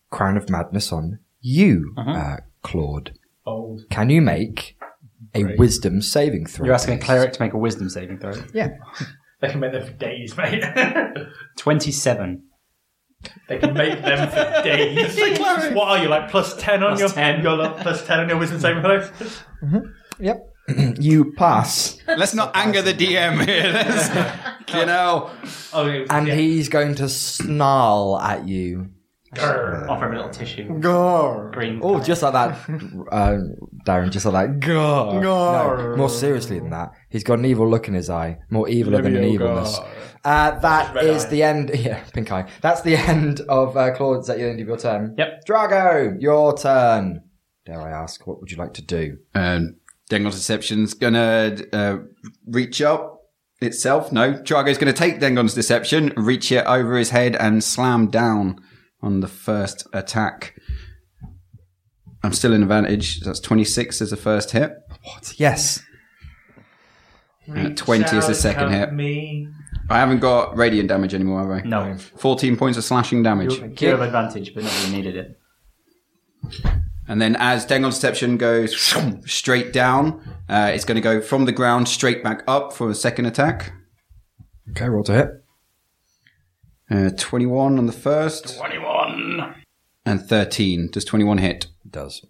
[SPEAKER 1] Crown of Madness on you,
[SPEAKER 7] Uh-huh.
[SPEAKER 1] uh, Claude.
[SPEAKER 2] Bold.
[SPEAKER 1] Can you make a wisdom saving throw?
[SPEAKER 7] You're asking a
[SPEAKER 1] please?
[SPEAKER 7] cleric to make a wisdom saving throw.
[SPEAKER 2] They can make them for days, mate.
[SPEAKER 7] 27.
[SPEAKER 2] they can make them for days. what are you like? Plus ten on
[SPEAKER 7] Plus
[SPEAKER 2] your
[SPEAKER 7] 10.
[SPEAKER 2] You're like, plus ten on your wisdom saving throws.
[SPEAKER 1] Yep. you pass,
[SPEAKER 6] Let's not anger the DM here. Let's- you know,
[SPEAKER 2] Oh, it was-
[SPEAKER 1] and
[SPEAKER 2] yeah.
[SPEAKER 1] he's going to snarl at you.
[SPEAKER 2] Grr.
[SPEAKER 7] Offer him a little tissue.
[SPEAKER 1] Gar.
[SPEAKER 7] Green.
[SPEAKER 1] Oh, just like that, uh, Darren. Just like that. Gar. No, more seriously than that, he's got an evil look in his eye. More evil than an evilness. Uh, that is the end. Yeah, pink eye. That's the end of uh, Claude. Is that the end of your turn?
[SPEAKER 7] Yep.
[SPEAKER 1] Drago, your turn. Dare I ask, what would you like to do?
[SPEAKER 6] um, Dengon's deception's gonna uh, reach up itself. No, Drago's gonna take Dengon's deception, reach it over his head, and slam down on the first attack. I'm still in advantage. That's 26 as a first hit,
[SPEAKER 1] Yes.
[SPEAKER 6] and 20 Uh, is
[SPEAKER 2] Shall
[SPEAKER 6] the second
[SPEAKER 2] come
[SPEAKER 6] hit.
[SPEAKER 2] Me.
[SPEAKER 6] I haven't got radiant damage anymore, have I?
[SPEAKER 7] No.
[SPEAKER 6] 14 points of slashing damage.
[SPEAKER 7] You have advantage, but not really needed it.
[SPEAKER 6] And then as Dengon's deception goes straight down, uh, it's going to go from the ground straight back up for a second attack.
[SPEAKER 1] Okay, roll to hit.
[SPEAKER 6] Uh, 21 on the first. 21! And 13. Does 21 hit?
[SPEAKER 1] It does.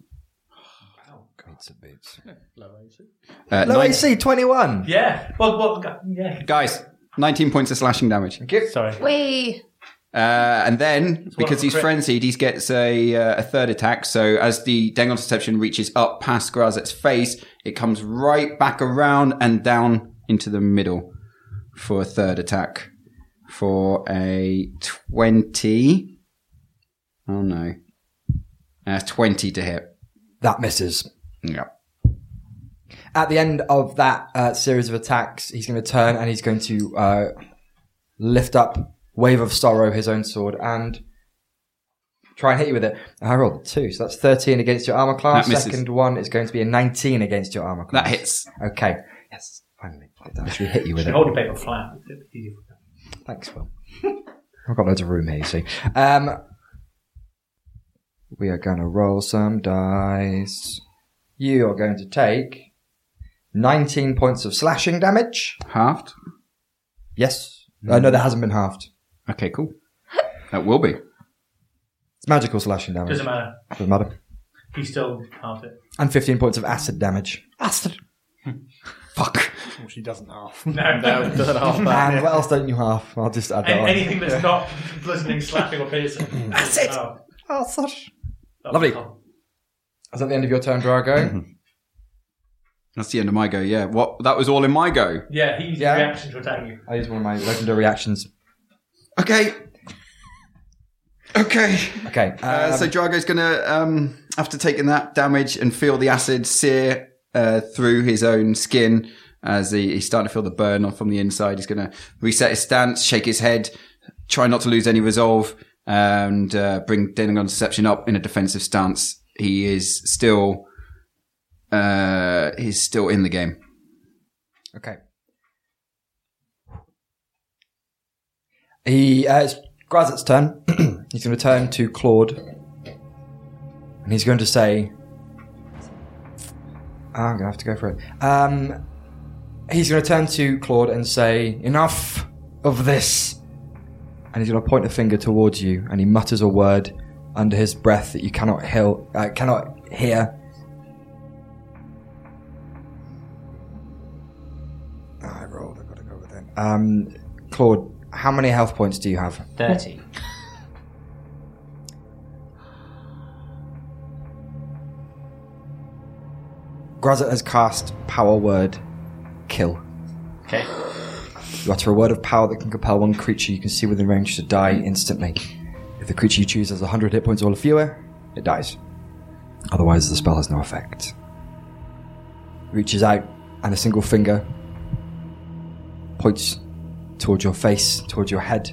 [SPEAKER 6] It's a bitch.
[SPEAKER 3] Low AC.
[SPEAKER 6] Uh,
[SPEAKER 1] Low
[SPEAKER 6] nine-
[SPEAKER 1] AC, 21.
[SPEAKER 2] Yeah. Well, well, yeah.
[SPEAKER 6] guys, 19 points of slashing damage.
[SPEAKER 2] Sorry.
[SPEAKER 5] Wee.
[SPEAKER 6] Uh, and then, because
[SPEAKER 2] of a
[SPEAKER 6] he's
[SPEAKER 2] crit.
[SPEAKER 6] frenzied, he gets a, uh, a third attack. So as the Dengon Deception reaches up past Grazet's face, it comes right back around and down into the middle for a third attack. For a 20. Oh no. Uh, 20 to hit.
[SPEAKER 1] That misses.
[SPEAKER 6] Yeah.
[SPEAKER 1] At the end of that uh, series of attacks, he's going to turn and he's going to uh, lift up Wave of Sorrow, his own sword, and try and hit you with it. I rolled a two, so that's 13 against your armor class.
[SPEAKER 6] That misses.
[SPEAKER 1] Second one is going to be a 19 against your armor class.
[SPEAKER 6] That hits.
[SPEAKER 1] Okay. Yes, finally. I did actually hit you with it.
[SPEAKER 2] Hold the paper flat.
[SPEAKER 1] Thanks, Will. I've got loads of room here, you see. Um, we are going to roll some dice. You are going to take 19 points of slashing damage.
[SPEAKER 6] Halved.
[SPEAKER 1] Yes. Uh, no, that hasn't been halved.
[SPEAKER 6] Okay, cool. That will be.
[SPEAKER 1] It's magical slashing damage.
[SPEAKER 2] Doesn't matter.
[SPEAKER 1] Doesn't matter.
[SPEAKER 2] He still half it.
[SPEAKER 1] And 15 points of acid damage. Acid.
[SPEAKER 6] Fuck.
[SPEAKER 4] Well, she doesn't half.
[SPEAKER 2] No, no.
[SPEAKER 1] And what else don't you have? I'll just add that on.
[SPEAKER 2] anything that's not listening, slapping, or piercing. That's it.
[SPEAKER 1] Acid. Lovely. Is that the end of your turn, Drago?
[SPEAKER 6] That's the end of my go. Yeah. What? That was all in my go.
[SPEAKER 2] Yeah, he's
[SPEAKER 1] Yeah.
[SPEAKER 2] reaction to attack you.
[SPEAKER 1] I use one of my legendary reactions.
[SPEAKER 6] Okay. Okay.
[SPEAKER 1] Okay.
[SPEAKER 6] Uh,
[SPEAKER 1] um,
[SPEAKER 6] so Drago's gonna, um, after taking that damage and feel the acid sear uh, through his own skin as he, he's starting to feel the burn off from the inside. He's gonna reset his stance, shake his head, try not to lose any resolve, and uh, bring Denagon Deception up in a defensive stance. He is still, uh, he's still in the game.
[SPEAKER 1] Okay. He uh, it's Grazet's turn. he's going to turn to Claude, and he's going to say, "Ah, "I'm going to have to go for it." Um, he's going to turn to Claude and say, "Enough of this," and he's going to point a finger towards you, and he mutters a word under his breath that you cannot hear. Uh, cannot hear. I rolled. I gotta go with it. Um, Claude, how many health points do you have?
[SPEAKER 7] 30.
[SPEAKER 1] Grazit has cast power word, kill.
[SPEAKER 7] Okay.
[SPEAKER 1] You utter a word of power that can compel one creature you can see within range to die instantly. If the creature you choose has 100 hit points or fewer, it dies. Otherwise, the spell has no effect. Reaches out, and a single finger points towards your face, towards your head,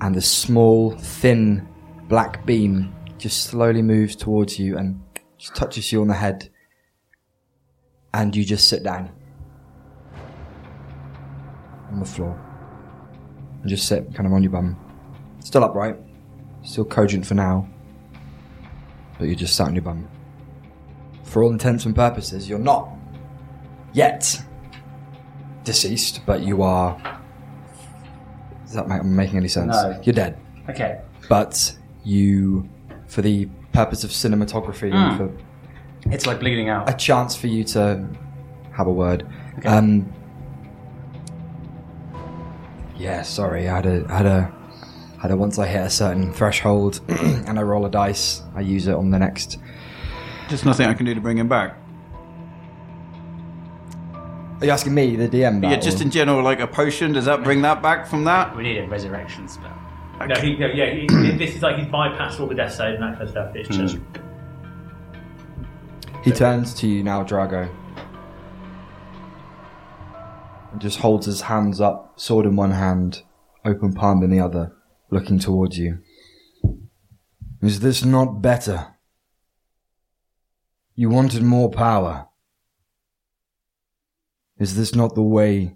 [SPEAKER 1] and the small, thin, black beam just slowly moves towards you and just touches you on the head, and you just sit down on the floor. And just sit kind of on your bum. Still upright. Still cogent for now. But you're just sat on your bum. For all intents and purposes, you're not yet deceased, but you are. Is that ma- making any sense?
[SPEAKER 7] No.
[SPEAKER 1] You're dead.
[SPEAKER 7] Okay.
[SPEAKER 1] But you, for the purpose of cinematography and
[SPEAKER 6] Hmm.
[SPEAKER 1] for
[SPEAKER 7] It's like bleeding out.
[SPEAKER 1] a chance for you to have a word. Um, yeah, sorry, I had a had a had a once I hit a certain threshold and I roll a dice, I use it on the next.
[SPEAKER 3] Just nothing I can do to bring him back.
[SPEAKER 1] Are you asking me, the DM?
[SPEAKER 6] Yeah,
[SPEAKER 1] that,
[SPEAKER 6] just
[SPEAKER 1] or-
[SPEAKER 6] in general, like a potion. Does that bring that back from that?
[SPEAKER 7] We need a resurrection spell.
[SPEAKER 2] No, he, no yeah, he, he- this is like he's bypassed all the death save and that kind of stuff. It's just
[SPEAKER 1] he turns to you now, Drago, and just holds his hands up, sword in one hand, open palm in the other, looking towards you. Is this not better? You wanted more power. Is this not the way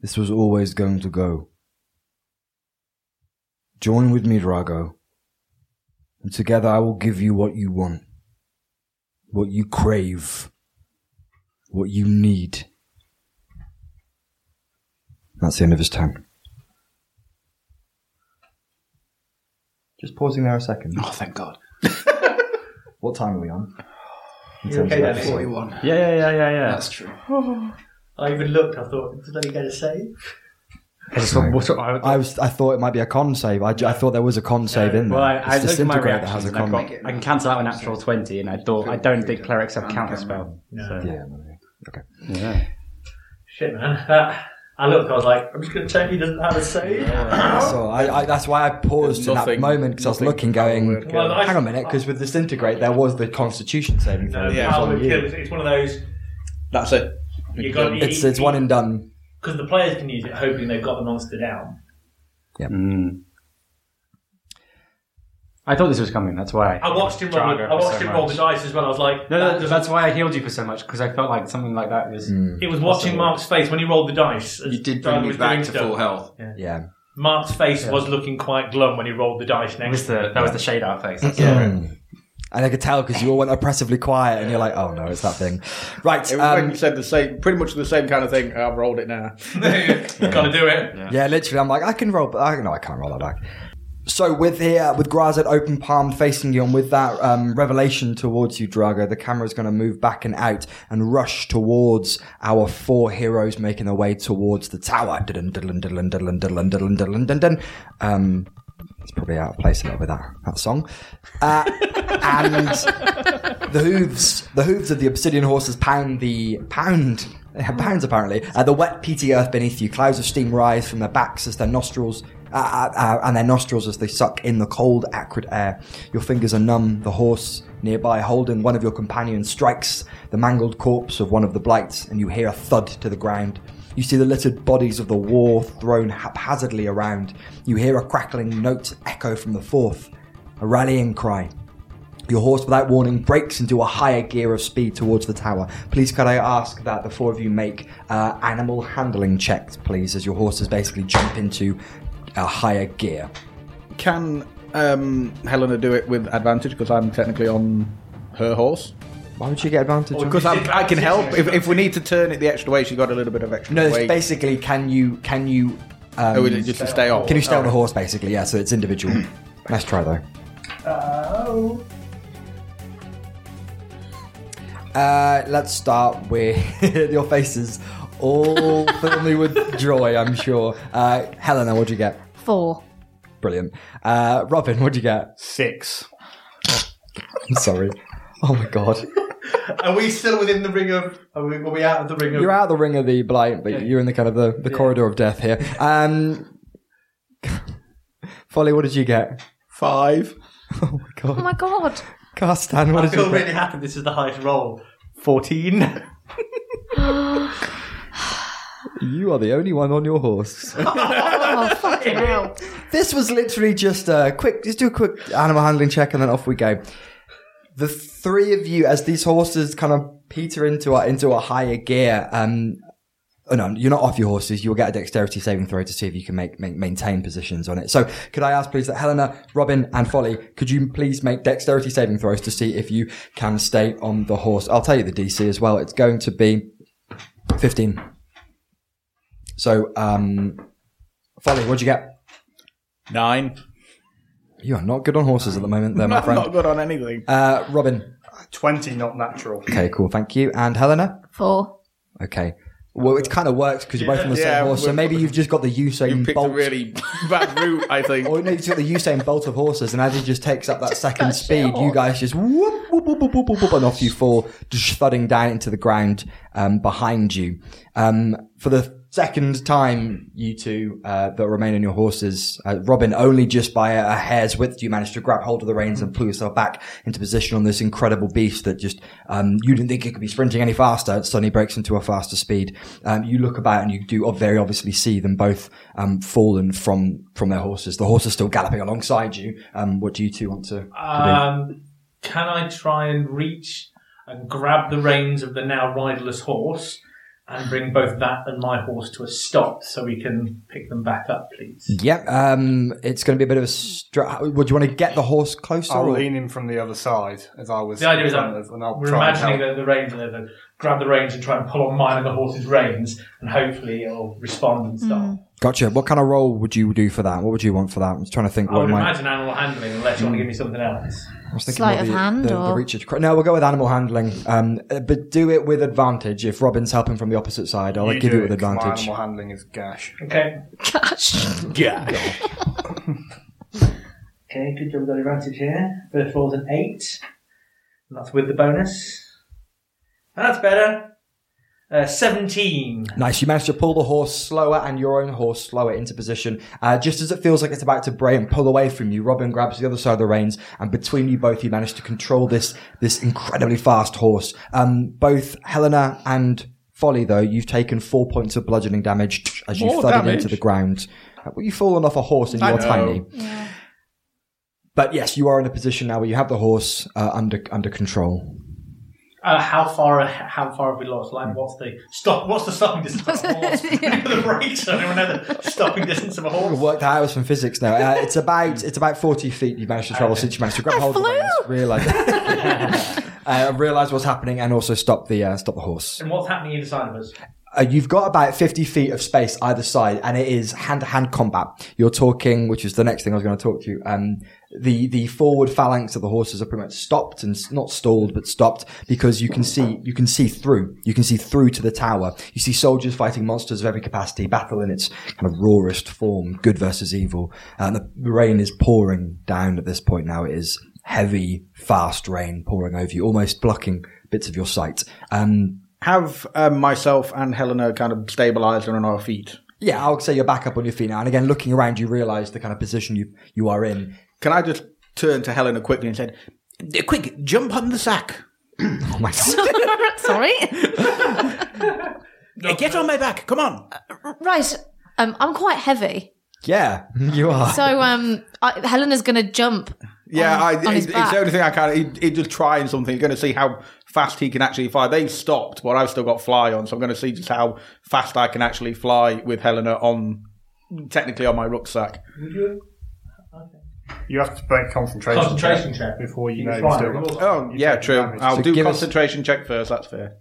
[SPEAKER 1] this was always going to go? Join with me, Drago, and together I will give you what you want, what you crave, what you need. That's the end of his turn. Just pausing there a second.
[SPEAKER 3] Oh, thank God.
[SPEAKER 1] What time are we on?
[SPEAKER 8] You're okay then. eh?
[SPEAKER 6] Forty-one.
[SPEAKER 7] Yeah, yeah, yeah, yeah, yeah.
[SPEAKER 6] That's true.
[SPEAKER 8] I even looked. I thought, did he get a save?
[SPEAKER 7] I just thought, what, I,
[SPEAKER 1] I was. I thought it might be a con save. I, ju- I thought there was a con save in there.
[SPEAKER 7] well, I, I
[SPEAKER 1] it's
[SPEAKER 7] looked at my
[SPEAKER 1] disintegrate
[SPEAKER 7] reactions
[SPEAKER 1] that has a
[SPEAKER 7] and I've
[SPEAKER 1] con.
[SPEAKER 7] got, I can cancel out a natural 20, and I thought, I don't think clerics have counter spell. So,
[SPEAKER 1] Yeah, maybe.
[SPEAKER 7] yeah.
[SPEAKER 8] Shit, man. That, I looked. I was like, I'm just going to check he doesn't have a save.
[SPEAKER 1] So I, I, that's why I paused in that
[SPEAKER 3] Nothing-
[SPEAKER 1] moment because I was
[SPEAKER 3] nothing
[SPEAKER 1] looking, going,
[SPEAKER 3] would kill.
[SPEAKER 1] "Hang on a minute," because with disintegrate there was the Constitution saving
[SPEAKER 2] No,
[SPEAKER 1] throw.
[SPEAKER 3] Yeah,
[SPEAKER 1] it's
[SPEAKER 2] power
[SPEAKER 1] on
[SPEAKER 2] would
[SPEAKER 1] you.
[SPEAKER 2] kill. It's one of those.
[SPEAKER 3] That's it.
[SPEAKER 2] You got
[SPEAKER 1] It's it's one and done.
[SPEAKER 2] because the players can use it, hoping they've got the monster down.
[SPEAKER 7] Mm. I thought this was coming, that's why.
[SPEAKER 2] I watched him. Roll,
[SPEAKER 7] Drago
[SPEAKER 2] I watched
[SPEAKER 7] so
[SPEAKER 2] him roll
[SPEAKER 7] much.
[SPEAKER 2] the dice as well. I was like,
[SPEAKER 7] No,
[SPEAKER 2] that
[SPEAKER 7] no,
[SPEAKER 2] doesn't-
[SPEAKER 7] that's why I healed you for so much, because I felt like something like that was.
[SPEAKER 1] Mm.
[SPEAKER 2] It was watching Mark's face when he rolled the dice. as
[SPEAKER 6] You did
[SPEAKER 2] Drago
[SPEAKER 6] bring me
[SPEAKER 2] was
[SPEAKER 6] back
[SPEAKER 2] doing
[SPEAKER 6] to
[SPEAKER 2] stuff.
[SPEAKER 6] full health.
[SPEAKER 1] Yeah.
[SPEAKER 2] Mark's face was looking quite glum when he rolled the dice
[SPEAKER 7] It
[SPEAKER 2] next.
[SPEAKER 7] was the, that was the shade art face. That's it.
[SPEAKER 1] Mm. And I could tell because you all went oppressively quiet, and you're like, "Oh no, it's that thing." Right.
[SPEAKER 3] It
[SPEAKER 1] um,
[SPEAKER 3] when you said the same, pretty much the same kind of thing. I've rolled it now.
[SPEAKER 2] Gotta do it.
[SPEAKER 1] Yeah, literally. I'm like, I can roll, but I no, I can't roll that back. So with here, with Grazet open palm facing you, and with that um, revelation towards you, Drago, the camera's going to move back and out and rush towards our four heroes making their way towards the tower. Diddlin, diddlin, diddlin, diddlin, diddlin, diddlin, diddlin, diddlin, diddlin. Um, it's probably out of place a little bit that that song. Uh, and the hooves, the hooves of the obsidian horses pound the pound. They have pounds apparently. Uh, the wet, peaty earth beneath you. Clouds of steam rise from their backs as their nostrils, uh, uh, uh, and their nostrils as they suck in the cold, acrid air. Your fingers are numb. The horse nearby, holding one of your companions, strikes the mangled corpse of one of the blights, and you hear a thud to the ground. You see the littered bodies of the war thrown haphazardly around. You hear a crackling note echo from the fourth, a rallying cry. Your horse, without warning, breaks into a higher gear of speed towards the tower. Please, could I ask that the four of you make uh, animal handling checks, please, as your horses basically jump into a higher gear.
[SPEAKER 3] Can um, Helena do it with advantage because I'm technically on her horse?
[SPEAKER 1] Why would you get advantage? on-
[SPEAKER 3] Oh, Because I'm- I can help if, if we need to turn it the extra way. She got a little bit of extra
[SPEAKER 1] no,
[SPEAKER 3] weight.
[SPEAKER 1] it's basically, can you can you um,
[SPEAKER 3] Oh, is it just to stay off.
[SPEAKER 1] can you stay on a
[SPEAKER 3] Oh.
[SPEAKER 1] horse? Basically, yeah. So it's individual. Let's try though.
[SPEAKER 8] Oh.
[SPEAKER 1] Uh, let's start with your faces. All filled me with joy, I'm sure. Uh, Helena, what'd you get?
[SPEAKER 5] Four.
[SPEAKER 1] Brilliant. Uh, Robin, what'd you get?
[SPEAKER 4] Six.
[SPEAKER 1] I'm sorry. Oh my god.
[SPEAKER 8] Are we still within the ring of? Are we, are we out of the ring of?
[SPEAKER 1] You're out of the ring of the blight, but you're in the kind of the, the corridor of death here. Um, Folly, what did you get?
[SPEAKER 3] Five.
[SPEAKER 1] Oh my
[SPEAKER 5] Oh
[SPEAKER 1] god.
[SPEAKER 5] my god.
[SPEAKER 1] Carstan, what
[SPEAKER 8] I
[SPEAKER 1] did you
[SPEAKER 8] feel
[SPEAKER 1] get?
[SPEAKER 8] really happy. This is the highest roll. Fourteen.
[SPEAKER 1] You are the only one on your horse.
[SPEAKER 5] Oh, fucking hell.
[SPEAKER 1] this was literally just a quick, just do a quick animal handling check and then off we go. The three of you, as these horses kind of peter into a, into a higher gear, um, oh no, you're not off your horses. You'll get a dexterity saving throw to see if you can make, make maintain positions on it. So could I ask please that Helena, Robin and Folly, could you please make dexterity saving throws to see if you can stay on the horse? I'll tell you the DC as well. It's going to be 15. So, um, Folly, what'd you get?
[SPEAKER 3] Nine.
[SPEAKER 1] You are not good on horses at the moment, there, my
[SPEAKER 3] I'm not
[SPEAKER 1] friend.
[SPEAKER 3] good on anything.
[SPEAKER 1] Uh, Robin.
[SPEAKER 4] Twenty, not natural.
[SPEAKER 1] Okay, cool. Thank you. And Helena.
[SPEAKER 5] Four.
[SPEAKER 1] Okay. Well, it kind of works because you're both on the
[SPEAKER 3] Yeah,
[SPEAKER 1] same horse, so
[SPEAKER 3] we're-
[SPEAKER 1] maybe you've just got the Usain
[SPEAKER 3] You picked
[SPEAKER 1] Bolt.
[SPEAKER 3] a really bad route, I think.
[SPEAKER 1] Or no, you've got the Usain Bolt of horses, and as he just takes up that second speed, you guys just whoop, whoop, whoop, whoop, whoop, whoop, whoop, and off you fall, just thudding down into the ground um, behind you. Um, for the second time, you two uh, that remain on your horses, uh, Robin, only just by a, a hair's width, you managed to grab hold of the reins
[SPEAKER 2] Mm.
[SPEAKER 1] and pull yourself back into position on this incredible beast that just um, you didn't think it could be sprinting any faster. It suddenly breaks into a faster speed. Um, you look about and you do ob- very obviously see them both um, fallen from from their horses. The horse is still galloping alongside you. Um, what do you two want to? to
[SPEAKER 2] Um, can I try and reach and grab the reins of the now riderless horse and bring both that and my horse to a stop so we can pick them back up, please?
[SPEAKER 1] do? Yep. Um, it's going to be a bit of a. Stra- would you want to get the horse closer?
[SPEAKER 4] I'll
[SPEAKER 1] or-
[SPEAKER 4] lean in from the other side as I was.
[SPEAKER 2] The idea is
[SPEAKER 4] and
[SPEAKER 2] that
[SPEAKER 4] I'll
[SPEAKER 2] we're
[SPEAKER 4] try and
[SPEAKER 2] imagining that
[SPEAKER 4] help.
[SPEAKER 2] the reins are there, grab the reins and try and pull on mine and the horse's reins, and hopefully it'll respond and stop.
[SPEAKER 1] Gotcha. What kind of role would you do for that? What would you want for that? I was trying to think.
[SPEAKER 2] I
[SPEAKER 4] Oh
[SPEAKER 1] What
[SPEAKER 2] would
[SPEAKER 1] might,
[SPEAKER 2] imagine animal handling, unless you want to give me something else.
[SPEAKER 1] I was thinking
[SPEAKER 5] Sleight
[SPEAKER 1] more
[SPEAKER 5] of
[SPEAKER 1] the-
[SPEAKER 5] hand
[SPEAKER 1] the, the
[SPEAKER 5] or-
[SPEAKER 1] reach of cr- no, we'll go with animal handling. Um, uh, but do it with advantage. If Robin's helping from the opposite side, I'll give
[SPEAKER 4] do
[SPEAKER 1] you with
[SPEAKER 4] it 'cause My
[SPEAKER 1] advantage.
[SPEAKER 4] animal handling is gash.
[SPEAKER 2] Okay.
[SPEAKER 5] Gosh.
[SPEAKER 2] Okay, good job we got advantage here. First roll's an eight. And that's with the bonus. That's better. Uh, 17.
[SPEAKER 1] Nice. You managed to pull the horse slower and your own horse slower into position. Uh, just as it feels like it's about to bray and pull away from you, Robin grabs the other side of the reins, and between you both, you manage to control this this incredibly fast horse. Um, both Helena and Folly, though, you've taken four points of bludgeoning damage as you
[SPEAKER 3] More
[SPEAKER 1] thudded
[SPEAKER 3] damage?
[SPEAKER 1] into the ground. Uh, Well, you've fallen off a horse and
[SPEAKER 3] I
[SPEAKER 1] you're
[SPEAKER 3] know.
[SPEAKER 1] tiny. But yes, you are in a position now where you have the horse uh, under under control.
[SPEAKER 2] Uh, how far how far have we lost?
[SPEAKER 4] Hmm.
[SPEAKER 2] Like, what's the stop? What's the stopping distance of a horse? the brakes. I don't know the stopping distance of a
[SPEAKER 1] We've
[SPEAKER 2] horse.
[SPEAKER 1] worked out it was from physics now. Uh, it's about it's about forty feet you managed to travel since you managed to grab hold of
[SPEAKER 5] flew!
[SPEAKER 1] it, realize uh, realize what's happening, and also stop the uh, stop the horse.
[SPEAKER 2] And what's happening either side of us?
[SPEAKER 1] Uh, you've got about fifty feet of space either side, and it is hand to hand combat. You're talking, which is the next thing I was going to talk to you. Um, the the forward phalanx of the horses are pretty much stopped and s- not stalled, but stopped because you can see you can see through. You can see through to the tower. You see soldiers fighting monsters of every capacity, battle in its kind of rawest form, good versus evil. Uh, And the rain is pouring down at this point now. It is heavy, fast rain pouring over you, almost blocking bits of your sight. Um,
[SPEAKER 3] Have um, myself and Helena kind of stabilized and on our feet.
[SPEAKER 1] yeah, I would say you're back up on your feet now. And again, looking around, you realise the kind of position you you are in.
[SPEAKER 3] Can I just turn to Helena quickly and said, "Quick, jump on the sack.
[SPEAKER 1] Oh my God.
[SPEAKER 5] Sorry.
[SPEAKER 3] Get on my back. Come on."
[SPEAKER 5] Right. Um, I'm quite heavy,
[SPEAKER 1] Yeah, you are.
[SPEAKER 5] so um, I, Helena's gonna jump.
[SPEAKER 3] Yeah,
[SPEAKER 5] on-
[SPEAKER 3] I,
[SPEAKER 5] on
[SPEAKER 3] it,
[SPEAKER 5] his
[SPEAKER 3] it's
[SPEAKER 5] back.
[SPEAKER 3] the only thing I can. He, he just trying something. He's going to see how fast he can actually fly. They've stopped, but I've still got fly on, so I'm going to see just how fast I can actually fly with Helena on, technically on my rucksack.
[SPEAKER 4] You have to make concentration,
[SPEAKER 2] Concentration check.
[SPEAKER 4] check before you
[SPEAKER 2] You
[SPEAKER 4] know
[SPEAKER 2] fly.
[SPEAKER 4] you've still got.
[SPEAKER 3] Oh yeah,
[SPEAKER 4] take
[SPEAKER 3] true.
[SPEAKER 4] damage.
[SPEAKER 3] I'll
[SPEAKER 1] So
[SPEAKER 3] do
[SPEAKER 1] give us-
[SPEAKER 3] concentration check first. That's fair.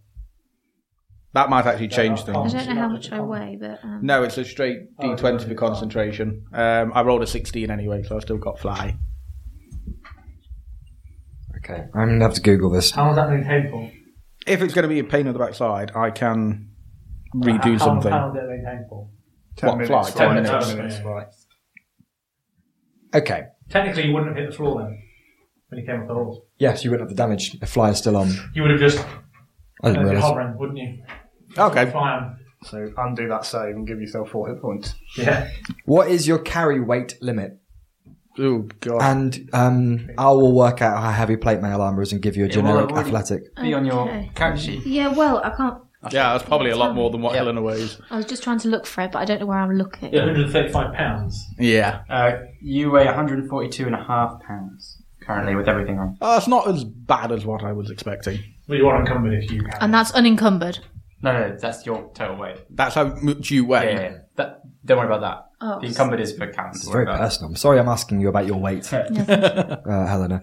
[SPEAKER 3] That might actually change
[SPEAKER 5] I
[SPEAKER 3] things.
[SPEAKER 5] don't know how much I weigh, but um,
[SPEAKER 3] No, it's a straight
[SPEAKER 2] Oh,
[SPEAKER 3] D20 for concentration. Um, I rolled a 16 anyway, so I've still got fly.
[SPEAKER 1] Okay, I'm gonna have to Google this.
[SPEAKER 2] How long's that been taken for?
[SPEAKER 3] If it's going to be a pain in the backside, I can redo
[SPEAKER 2] how,
[SPEAKER 3] something.
[SPEAKER 2] How long's that been taken for?
[SPEAKER 4] Ten
[SPEAKER 3] What,
[SPEAKER 4] minutes,
[SPEAKER 3] fly?
[SPEAKER 4] fly,
[SPEAKER 2] Ten minutes.
[SPEAKER 4] ten minutes, fly.
[SPEAKER 1] Okay,
[SPEAKER 2] Technically, you wouldn't have hit the floor then when you came up the horse.
[SPEAKER 1] yes, you wouldn't have the damage. The fly is still on.
[SPEAKER 2] You would have just
[SPEAKER 1] I
[SPEAKER 2] uh,
[SPEAKER 1] didn't
[SPEAKER 2] been
[SPEAKER 1] realize.
[SPEAKER 2] hovering, wouldn't you?
[SPEAKER 3] Okay.
[SPEAKER 2] Fly on.
[SPEAKER 4] So undo that save and give yourself four hit points.
[SPEAKER 2] Yeah.
[SPEAKER 1] What is your carry weight limit?
[SPEAKER 3] Oh god.
[SPEAKER 1] And um, I will work out how heavy plate mail armor is and give you a
[SPEAKER 7] well,
[SPEAKER 1] generic
[SPEAKER 7] I've already-
[SPEAKER 1] athletic.
[SPEAKER 7] Be on your
[SPEAKER 5] Okay.
[SPEAKER 7] character sheet.
[SPEAKER 5] yeah. Well, I can't.
[SPEAKER 3] yeah, that's probably a lot more than what Helena weighs.
[SPEAKER 5] I was just trying to look for it, but I don't know where I'm looking.
[SPEAKER 2] 135 pounds.
[SPEAKER 3] Yeah.
[SPEAKER 7] Uh, you weigh 142 and a half pounds currently with everything on.
[SPEAKER 3] Oh, it's not as bad as what I was expecting.
[SPEAKER 2] Well, you are encumbered if you can.
[SPEAKER 5] And that's unencumbered.
[SPEAKER 7] No, no, that's your total weight.
[SPEAKER 3] That's how much you
[SPEAKER 7] Yeah,
[SPEAKER 3] weigh.
[SPEAKER 7] yeah, yeah. That, don't worry about that.
[SPEAKER 5] Oh.
[SPEAKER 7] the encumbered is for accounts.
[SPEAKER 1] Mm. It's very personal. I'm sorry I'm asking you about your weight, uh, Helena.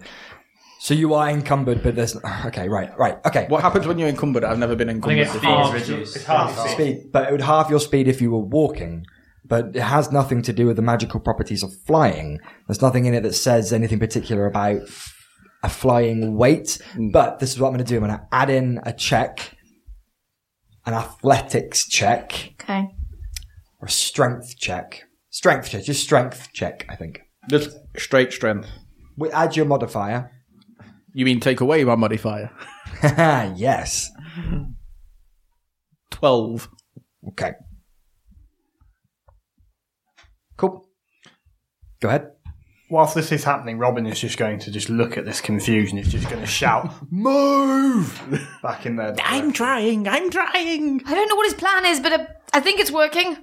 [SPEAKER 1] So you are encumbered, but there's. Okay, right, right, okay.
[SPEAKER 3] What happens when you're encumbered? I've never been
[SPEAKER 2] I
[SPEAKER 3] encumbered.
[SPEAKER 2] think it's
[SPEAKER 7] Speed is
[SPEAKER 2] half.
[SPEAKER 7] reduced.
[SPEAKER 2] It's half.
[SPEAKER 4] Oh.
[SPEAKER 1] speed, but it would halve your speed if you were walking. But it has nothing to do with the magical properties of flying. There's nothing in it that says anything particular about f- a flying weight. But this is what I'm going to do. I'm going to add in a check, an athletics check,
[SPEAKER 5] Okay.
[SPEAKER 1] or a strength check. Strength check, just strength check, I think.
[SPEAKER 3] Just straight strength.
[SPEAKER 1] We add your modifier.
[SPEAKER 3] You mean take away my modifier?
[SPEAKER 1] yes.
[SPEAKER 3] Twelve.
[SPEAKER 1] Okay. Cool. Go ahead.
[SPEAKER 4] Whilst this is happening, Robin is just going to just look at this confusion. He's just going to shout, "Move!" back in there.
[SPEAKER 3] I'm trying. I'm trying.
[SPEAKER 5] I don't know what his plan is, but uh, I think it's working.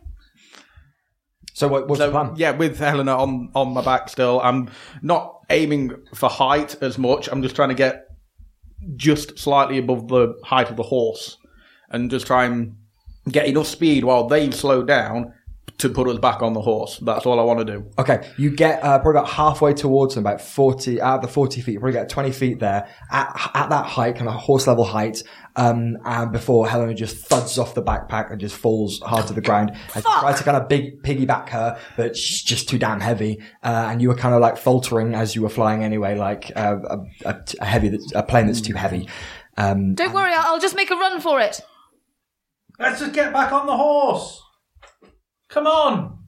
[SPEAKER 1] So what, what's the
[SPEAKER 3] So
[SPEAKER 1] plan?
[SPEAKER 3] yeah, with Helena on on my back still. I'm not aiming for height as much. I'm just trying to get just slightly above the height of the horse, and just try and get enough speed while they slow down to put us back on the horse. That's all I want to do.
[SPEAKER 1] Okay, you get uh, probably about halfway towards them, about 40, out of the 40 feet, you probably get 20 feet there at, at that height, kind of horse level height, um, and before Helena just thuds off the backpack and just falls hard to the ground. And you try to kind of big, piggyback her, but she's just too damn heavy, uh, and you were kind of like faltering as you were flying anyway, like uh, a, a, a heavy, that's, a plane that's too heavy. Um,
[SPEAKER 5] Don't worry, I'll, I'll just make a run for it.
[SPEAKER 2] Let's just get back on the horse. Come on.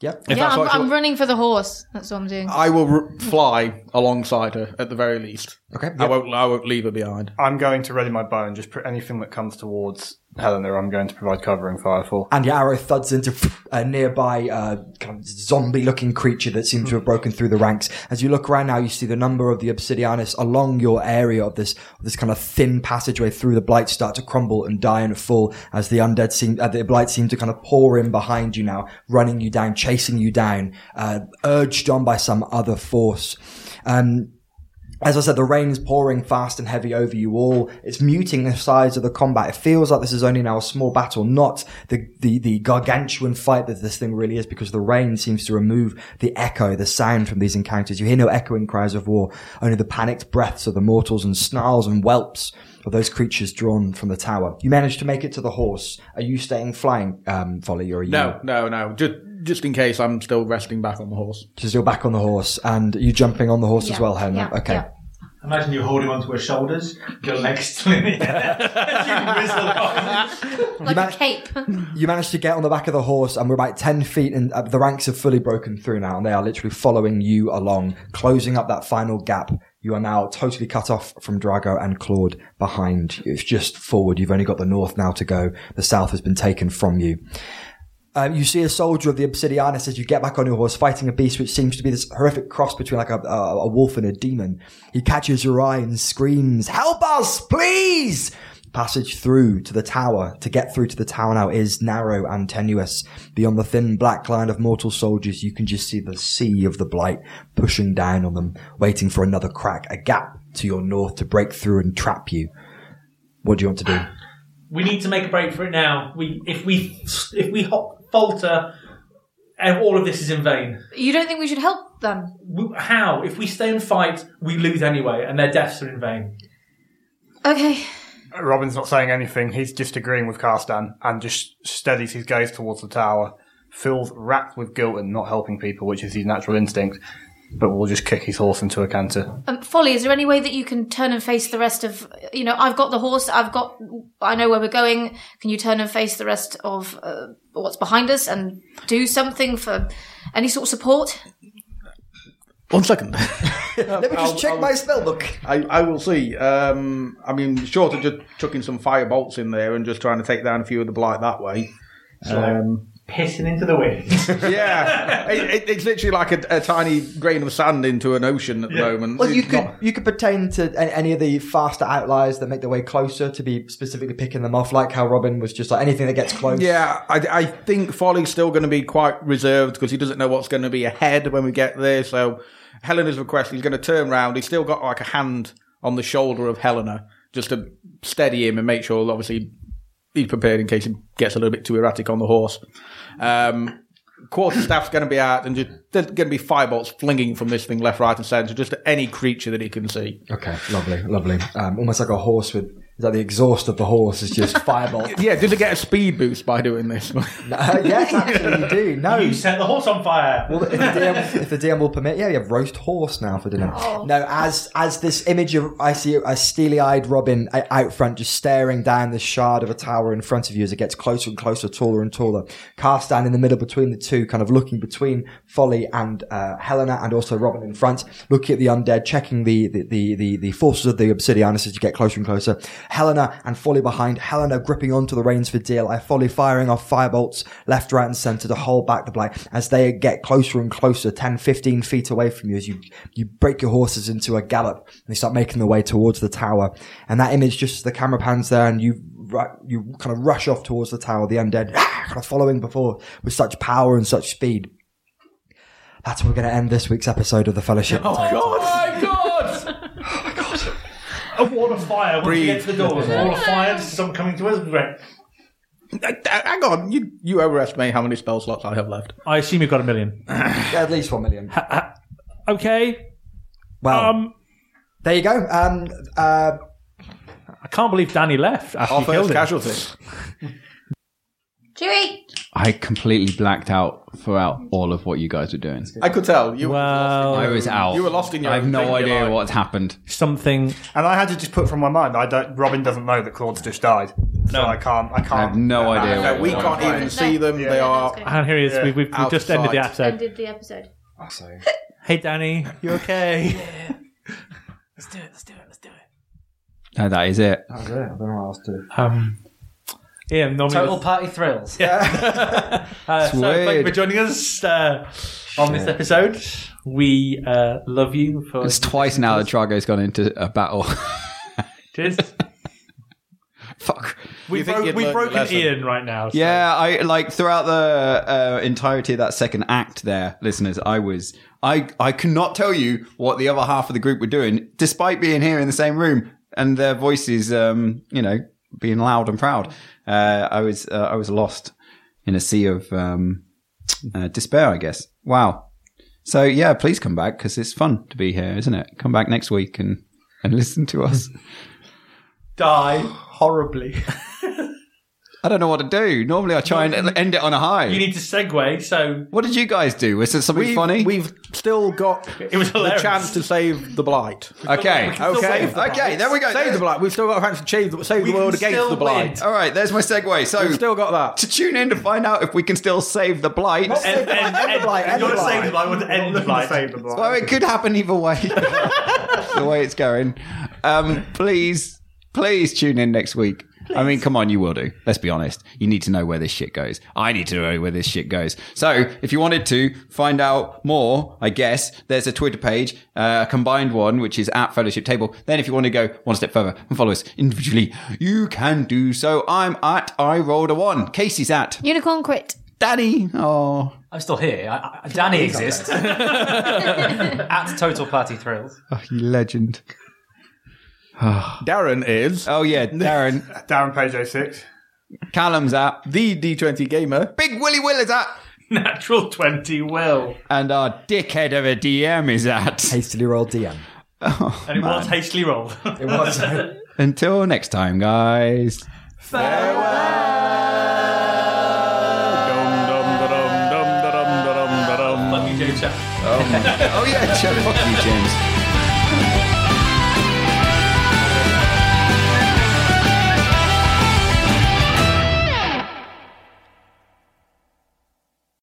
[SPEAKER 1] yeah.
[SPEAKER 3] If
[SPEAKER 5] yeah,
[SPEAKER 3] that's
[SPEAKER 5] I'm,
[SPEAKER 3] what you-
[SPEAKER 5] I'm running for the horse. That's what I'm doing.
[SPEAKER 3] I will r- fly alongside her at the very least.
[SPEAKER 1] Okay.
[SPEAKER 3] I
[SPEAKER 1] yep.
[SPEAKER 3] won't. I won't leave her behind.
[SPEAKER 4] I'm going to ready my bow and just put anything that comes towards Helena, I'm going to provide covering fire for.
[SPEAKER 1] and the arrow thuds into a nearby uh, kind of zombie-looking creature that seems to have broken through the ranks. As you look around now, you see the number of the obsidianists along your area of this this kind of thin passageway through the blight start to crumble and die and fall as the undead seem uh, the blight seem to kind of pour in behind you now, running you down, chasing you down, uh, urged on by some other force. Um, as I said, the rain is pouring fast and heavy over you all. It's muting the size of the combat. It feels like this is only now a small battle, not the, the, the gargantuan fight that this thing really is because the rain seems to remove the echo, the sound from these encounters. You hear no echoing cries of war, only the panicked breaths of the mortals and snarls and whelps of those creatures drawn from the tower. You manage to make it to the horse. Are you staying flying, um, Folly, or are you?
[SPEAKER 3] No, no, no. Just, just in case I'm still resting back on the horse.
[SPEAKER 1] Because you're back on the horse and are you jumping on the horse as
[SPEAKER 5] Yeah,
[SPEAKER 1] well, Helena.
[SPEAKER 5] yeah,
[SPEAKER 1] okay.
[SPEAKER 5] yeah.
[SPEAKER 2] Imagine you holding onto her shoulders, your legs still in the air. you whistle on.
[SPEAKER 5] Like
[SPEAKER 1] ma-
[SPEAKER 5] a cape.
[SPEAKER 1] you managed to get on the back of the horse, and we're about 10 feet, and uh, the ranks have fully broken through now, and they are literally following you along, closing up that final gap. You are now totally cut off from Drago and Claude behind. It's just forward. You've only got the north now to go. The south has been taken from you. Um, you see a soldier of the Obsidianus as you get back on your horse, fighting a beast which seems to be this horrific cross between like a, a, a wolf and a demon. He catches your eye and screams, "Help us, please!" Passage through to the tower. To get through to the tower now is narrow and tenuous. Beyond the thin black line of mortal soldiers, you can just see the sea of the blight pushing down on them, waiting for another crack, a gap to your north to break through and trap you. What do you want to do?
[SPEAKER 2] We need to make a break for it now. We, if we, if we hop, falter, and all of this is in vain.
[SPEAKER 5] you don't think we should help them?
[SPEAKER 2] We- How? If we stay and fight, we lose anyway, and their deaths are in vain.
[SPEAKER 5] Okay.
[SPEAKER 4] Robin's not saying anything. He's just agreeing with Karstan and just steadies his gaze towards the tower. Feels racked with guilt and not helping people, which is his natural instinct, but will just kick his horse into a canter.
[SPEAKER 5] Um, Folly, is there any way that you can turn and face the rest of, you know, I've got the horse, I've got, I know where we're going. Can you turn and face the rest of uh, what's behind us and do something for any sort of support?
[SPEAKER 3] One second.
[SPEAKER 1] Let me just check my spell book.
[SPEAKER 3] I, I will see. Um, I mean, short of just chucking some fire bolts in there and just trying to take down a few of the blight that way. Um,
[SPEAKER 2] Pissing into the wind.
[SPEAKER 3] yeah, it, it, it's literally like a, a tiny grain of sand into an ocean at the moment.
[SPEAKER 1] Well, you
[SPEAKER 3] It's
[SPEAKER 1] could
[SPEAKER 3] not-
[SPEAKER 1] you could pertain to a- any of the faster outliers that make their way closer to be specifically picking them off, like how Robin was just like anything that gets close.
[SPEAKER 3] Yeah, I, I think Folly's still going to be quite reserved because he doesn't know what's going to be ahead when we get there. So Helena's request, he's going to turn round. He's still got like a hand on the shoulder of Helena just to steady him and make sure, that obviously, he's prepared in case he gets a little bit too erratic on the horse. Um, quarterstaff's going to be out and just, there's going to be firebolts flinging from this thing left, right, and centre just at any creature that he can see.
[SPEAKER 1] Okay. Lovely. Lovely. Um, almost like a horse with is that the exhaust of the horse is just fireball.
[SPEAKER 3] Yeah, does it get a speed boost by doing this?
[SPEAKER 1] uh, yes, actually you do. No.
[SPEAKER 2] You set the horse on fire.
[SPEAKER 1] Well, if the, DM, if the DM will permit, yeah, we have roast horse now for dinner. No, as as this image of I see a steely-eyed Robin uh, out front, just staring down the shard of a tower in front of you as it gets closer and closer, taller and taller. Carstan in the middle between the two, kind of looking between Folly and uh, Helena, and also Robin in front, looking at the undead, checking the the the, the, the forces of the Obsidianus as you get closer and closer. Helena and Folly behind. Helena gripping onto the reins for dear life. Folly firing off firebolts left, right, and center to hold back the blight as they get closer and closer, 10, 15 feet away from you as you, you break your horses into a gallop and they start making their way towards the tower. And that image, just as the camera pans there and you, ru- you kind of rush off towards the tower, the undead kind of following before with such power and such speed. That's where we're going to end this week's episode of The Fellowship.
[SPEAKER 3] Oh.
[SPEAKER 2] Oh, a wall of fire. Once we get to the door, there's a wall of fire. This is someone coming to us. Great.
[SPEAKER 3] Hang on, you, you overestimate how many spell slots I have left.
[SPEAKER 9] I assume you've got a million.
[SPEAKER 1] Yeah, at least one million.
[SPEAKER 9] Okay.
[SPEAKER 3] Oh.
[SPEAKER 1] Well,
[SPEAKER 9] Um,
[SPEAKER 1] there you go. Um, uh,
[SPEAKER 9] I can't believe Danny left after
[SPEAKER 3] Our
[SPEAKER 9] you killed
[SPEAKER 3] first
[SPEAKER 9] him.
[SPEAKER 3] casualty.
[SPEAKER 5] Chewie!
[SPEAKER 6] I completely blacked out throughout all of what you guys were doing.
[SPEAKER 3] I could tell you.
[SPEAKER 9] Well,
[SPEAKER 6] I was out.
[SPEAKER 3] You were lost in your
[SPEAKER 6] I have
[SPEAKER 3] own
[SPEAKER 6] no
[SPEAKER 3] thing, you're
[SPEAKER 6] idea
[SPEAKER 3] like-
[SPEAKER 6] what's happened.
[SPEAKER 9] something.
[SPEAKER 4] And I had to just put from my mind. I don't. Robin doesn't know that Claude's just died. So I can't. I can't.
[SPEAKER 6] I have no idea.
[SPEAKER 3] No,
[SPEAKER 6] what
[SPEAKER 3] we
[SPEAKER 6] was
[SPEAKER 3] can't
[SPEAKER 6] happening.
[SPEAKER 3] even see them. they are.
[SPEAKER 9] And here he is. we've we've,
[SPEAKER 3] out
[SPEAKER 9] we've just
[SPEAKER 3] of
[SPEAKER 9] ended the
[SPEAKER 3] sight.
[SPEAKER 9] episode.
[SPEAKER 5] Ended the episode.
[SPEAKER 9] Hey, Danny, you okay?
[SPEAKER 6] No, that is it.
[SPEAKER 1] I don't know what else to.
[SPEAKER 9] um, Ian, normally.
[SPEAKER 7] Total party thrills. Yeah.
[SPEAKER 9] uh, so
[SPEAKER 6] Sweet.
[SPEAKER 9] thank you for joining us uh, on this episode. We uh, love you for
[SPEAKER 6] It's twice now that Drago's gone into a battle.
[SPEAKER 9] Cheers.
[SPEAKER 6] Fuck.
[SPEAKER 9] We've,
[SPEAKER 3] think
[SPEAKER 9] bro-
[SPEAKER 3] you'd
[SPEAKER 9] we've
[SPEAKER 3] learned your
[SPEAKER 9] broken
[SPEAKER 3] lesson?
[SPEAKER 9] Ian right now. so-
[SPEAKER 6] Yeah, I like throughout the uh, entirety of that second act, there, listeners, I was I I could not tell you what the other half of the group were doing, despite being here in the same room and their voices, um, you know, being loud and proud. Uh, I was uh, I was lost in a sea of um, uh, despair, I guess. Wow. So yeah, please come back because it's fun to be here, isn't it? Come back next week and and listen to us.
[SPEAKER 2] Die horribly.
[SPEAKER 6] I don't know what to do. Normally, I try and end it on a high.
[SPEAKER 2] you need to segue, so
[SPEAKER 6] What did you guys do? Was it something
[SPEAKER 3] We've,
[SPEAKER 6] funny?
[SPEAKER 3] we've still got
[SPEAKER 2] it was
[SPEAKER 3] the
[SPEAKER 2] hilarious.
[SPEAKER 3] chance to save the blight.
[SPEAKER 6] Okay.
[SPEAKER 3] Okay.
[SPEAKER 6] Okay, there we go.
[SPEAKER 3] Save the blight. We've still got a chance to save the, save the world against the blight.
[SPEAKER 6] All right, there's my segue. So,
[SPEAKER 3] We've still got that.
[SPEAKER 6] to tune in to find out if we can still save the blight.
[SPEAKER 1] End the blight, end the blight, end the
[SPEAKER 2] You're
[SPEAKER 1] blight.
[SPEAKER 2] saying that I want to end the light.
[SPEAKER 4] Save the blight.
[SPEAKER 6] Well, it could happen either way. the way it's going. Um, please, please tune in next week. I mean, come on, you will do. Let's be honest. You need to know where this shit goes. I need to know where this shit goes. So, if you wanted to find out more, I guess there's a Twitter page, uh, a combined one, which is at Fellowship Table. Then, if you want to go one step further and follow us individually, you can do so. I'm at I rolled a one. Casey's at
[SPEAKER 5] Unicorn crit.
[SPEAKER 6] Danny. Oh,
[SPEAKER 7] I'm still here. I, I, Danny exists. At Total Party Thrills.
[SPEAKER 6] you legend.
[SPEAKER 3] Darren is
[SPEAKER 6] Oh yeah, Darren.
[SPEAKER 4] Darren Page 06.
[SPEAKER 6] Callum's at
[SPEAKER 3] the D20 gamer.
[SPEAKER 6] Big Willy Will is at,
[SPEAKER 2] Natural 20 will.
[SPEAKER 6] and our dickhead of a DM is at.
[SPEAKER 1] Hastily rolled DM.
[SPEAKER 2] And it was hastily rolled.
[SPEAKER 1] It was.
[SPEAKER 6] Until next time, guys.
[SPEAKER 2] Love you, Joe Chat.
[SPEAKER 6] Oh yeah, James.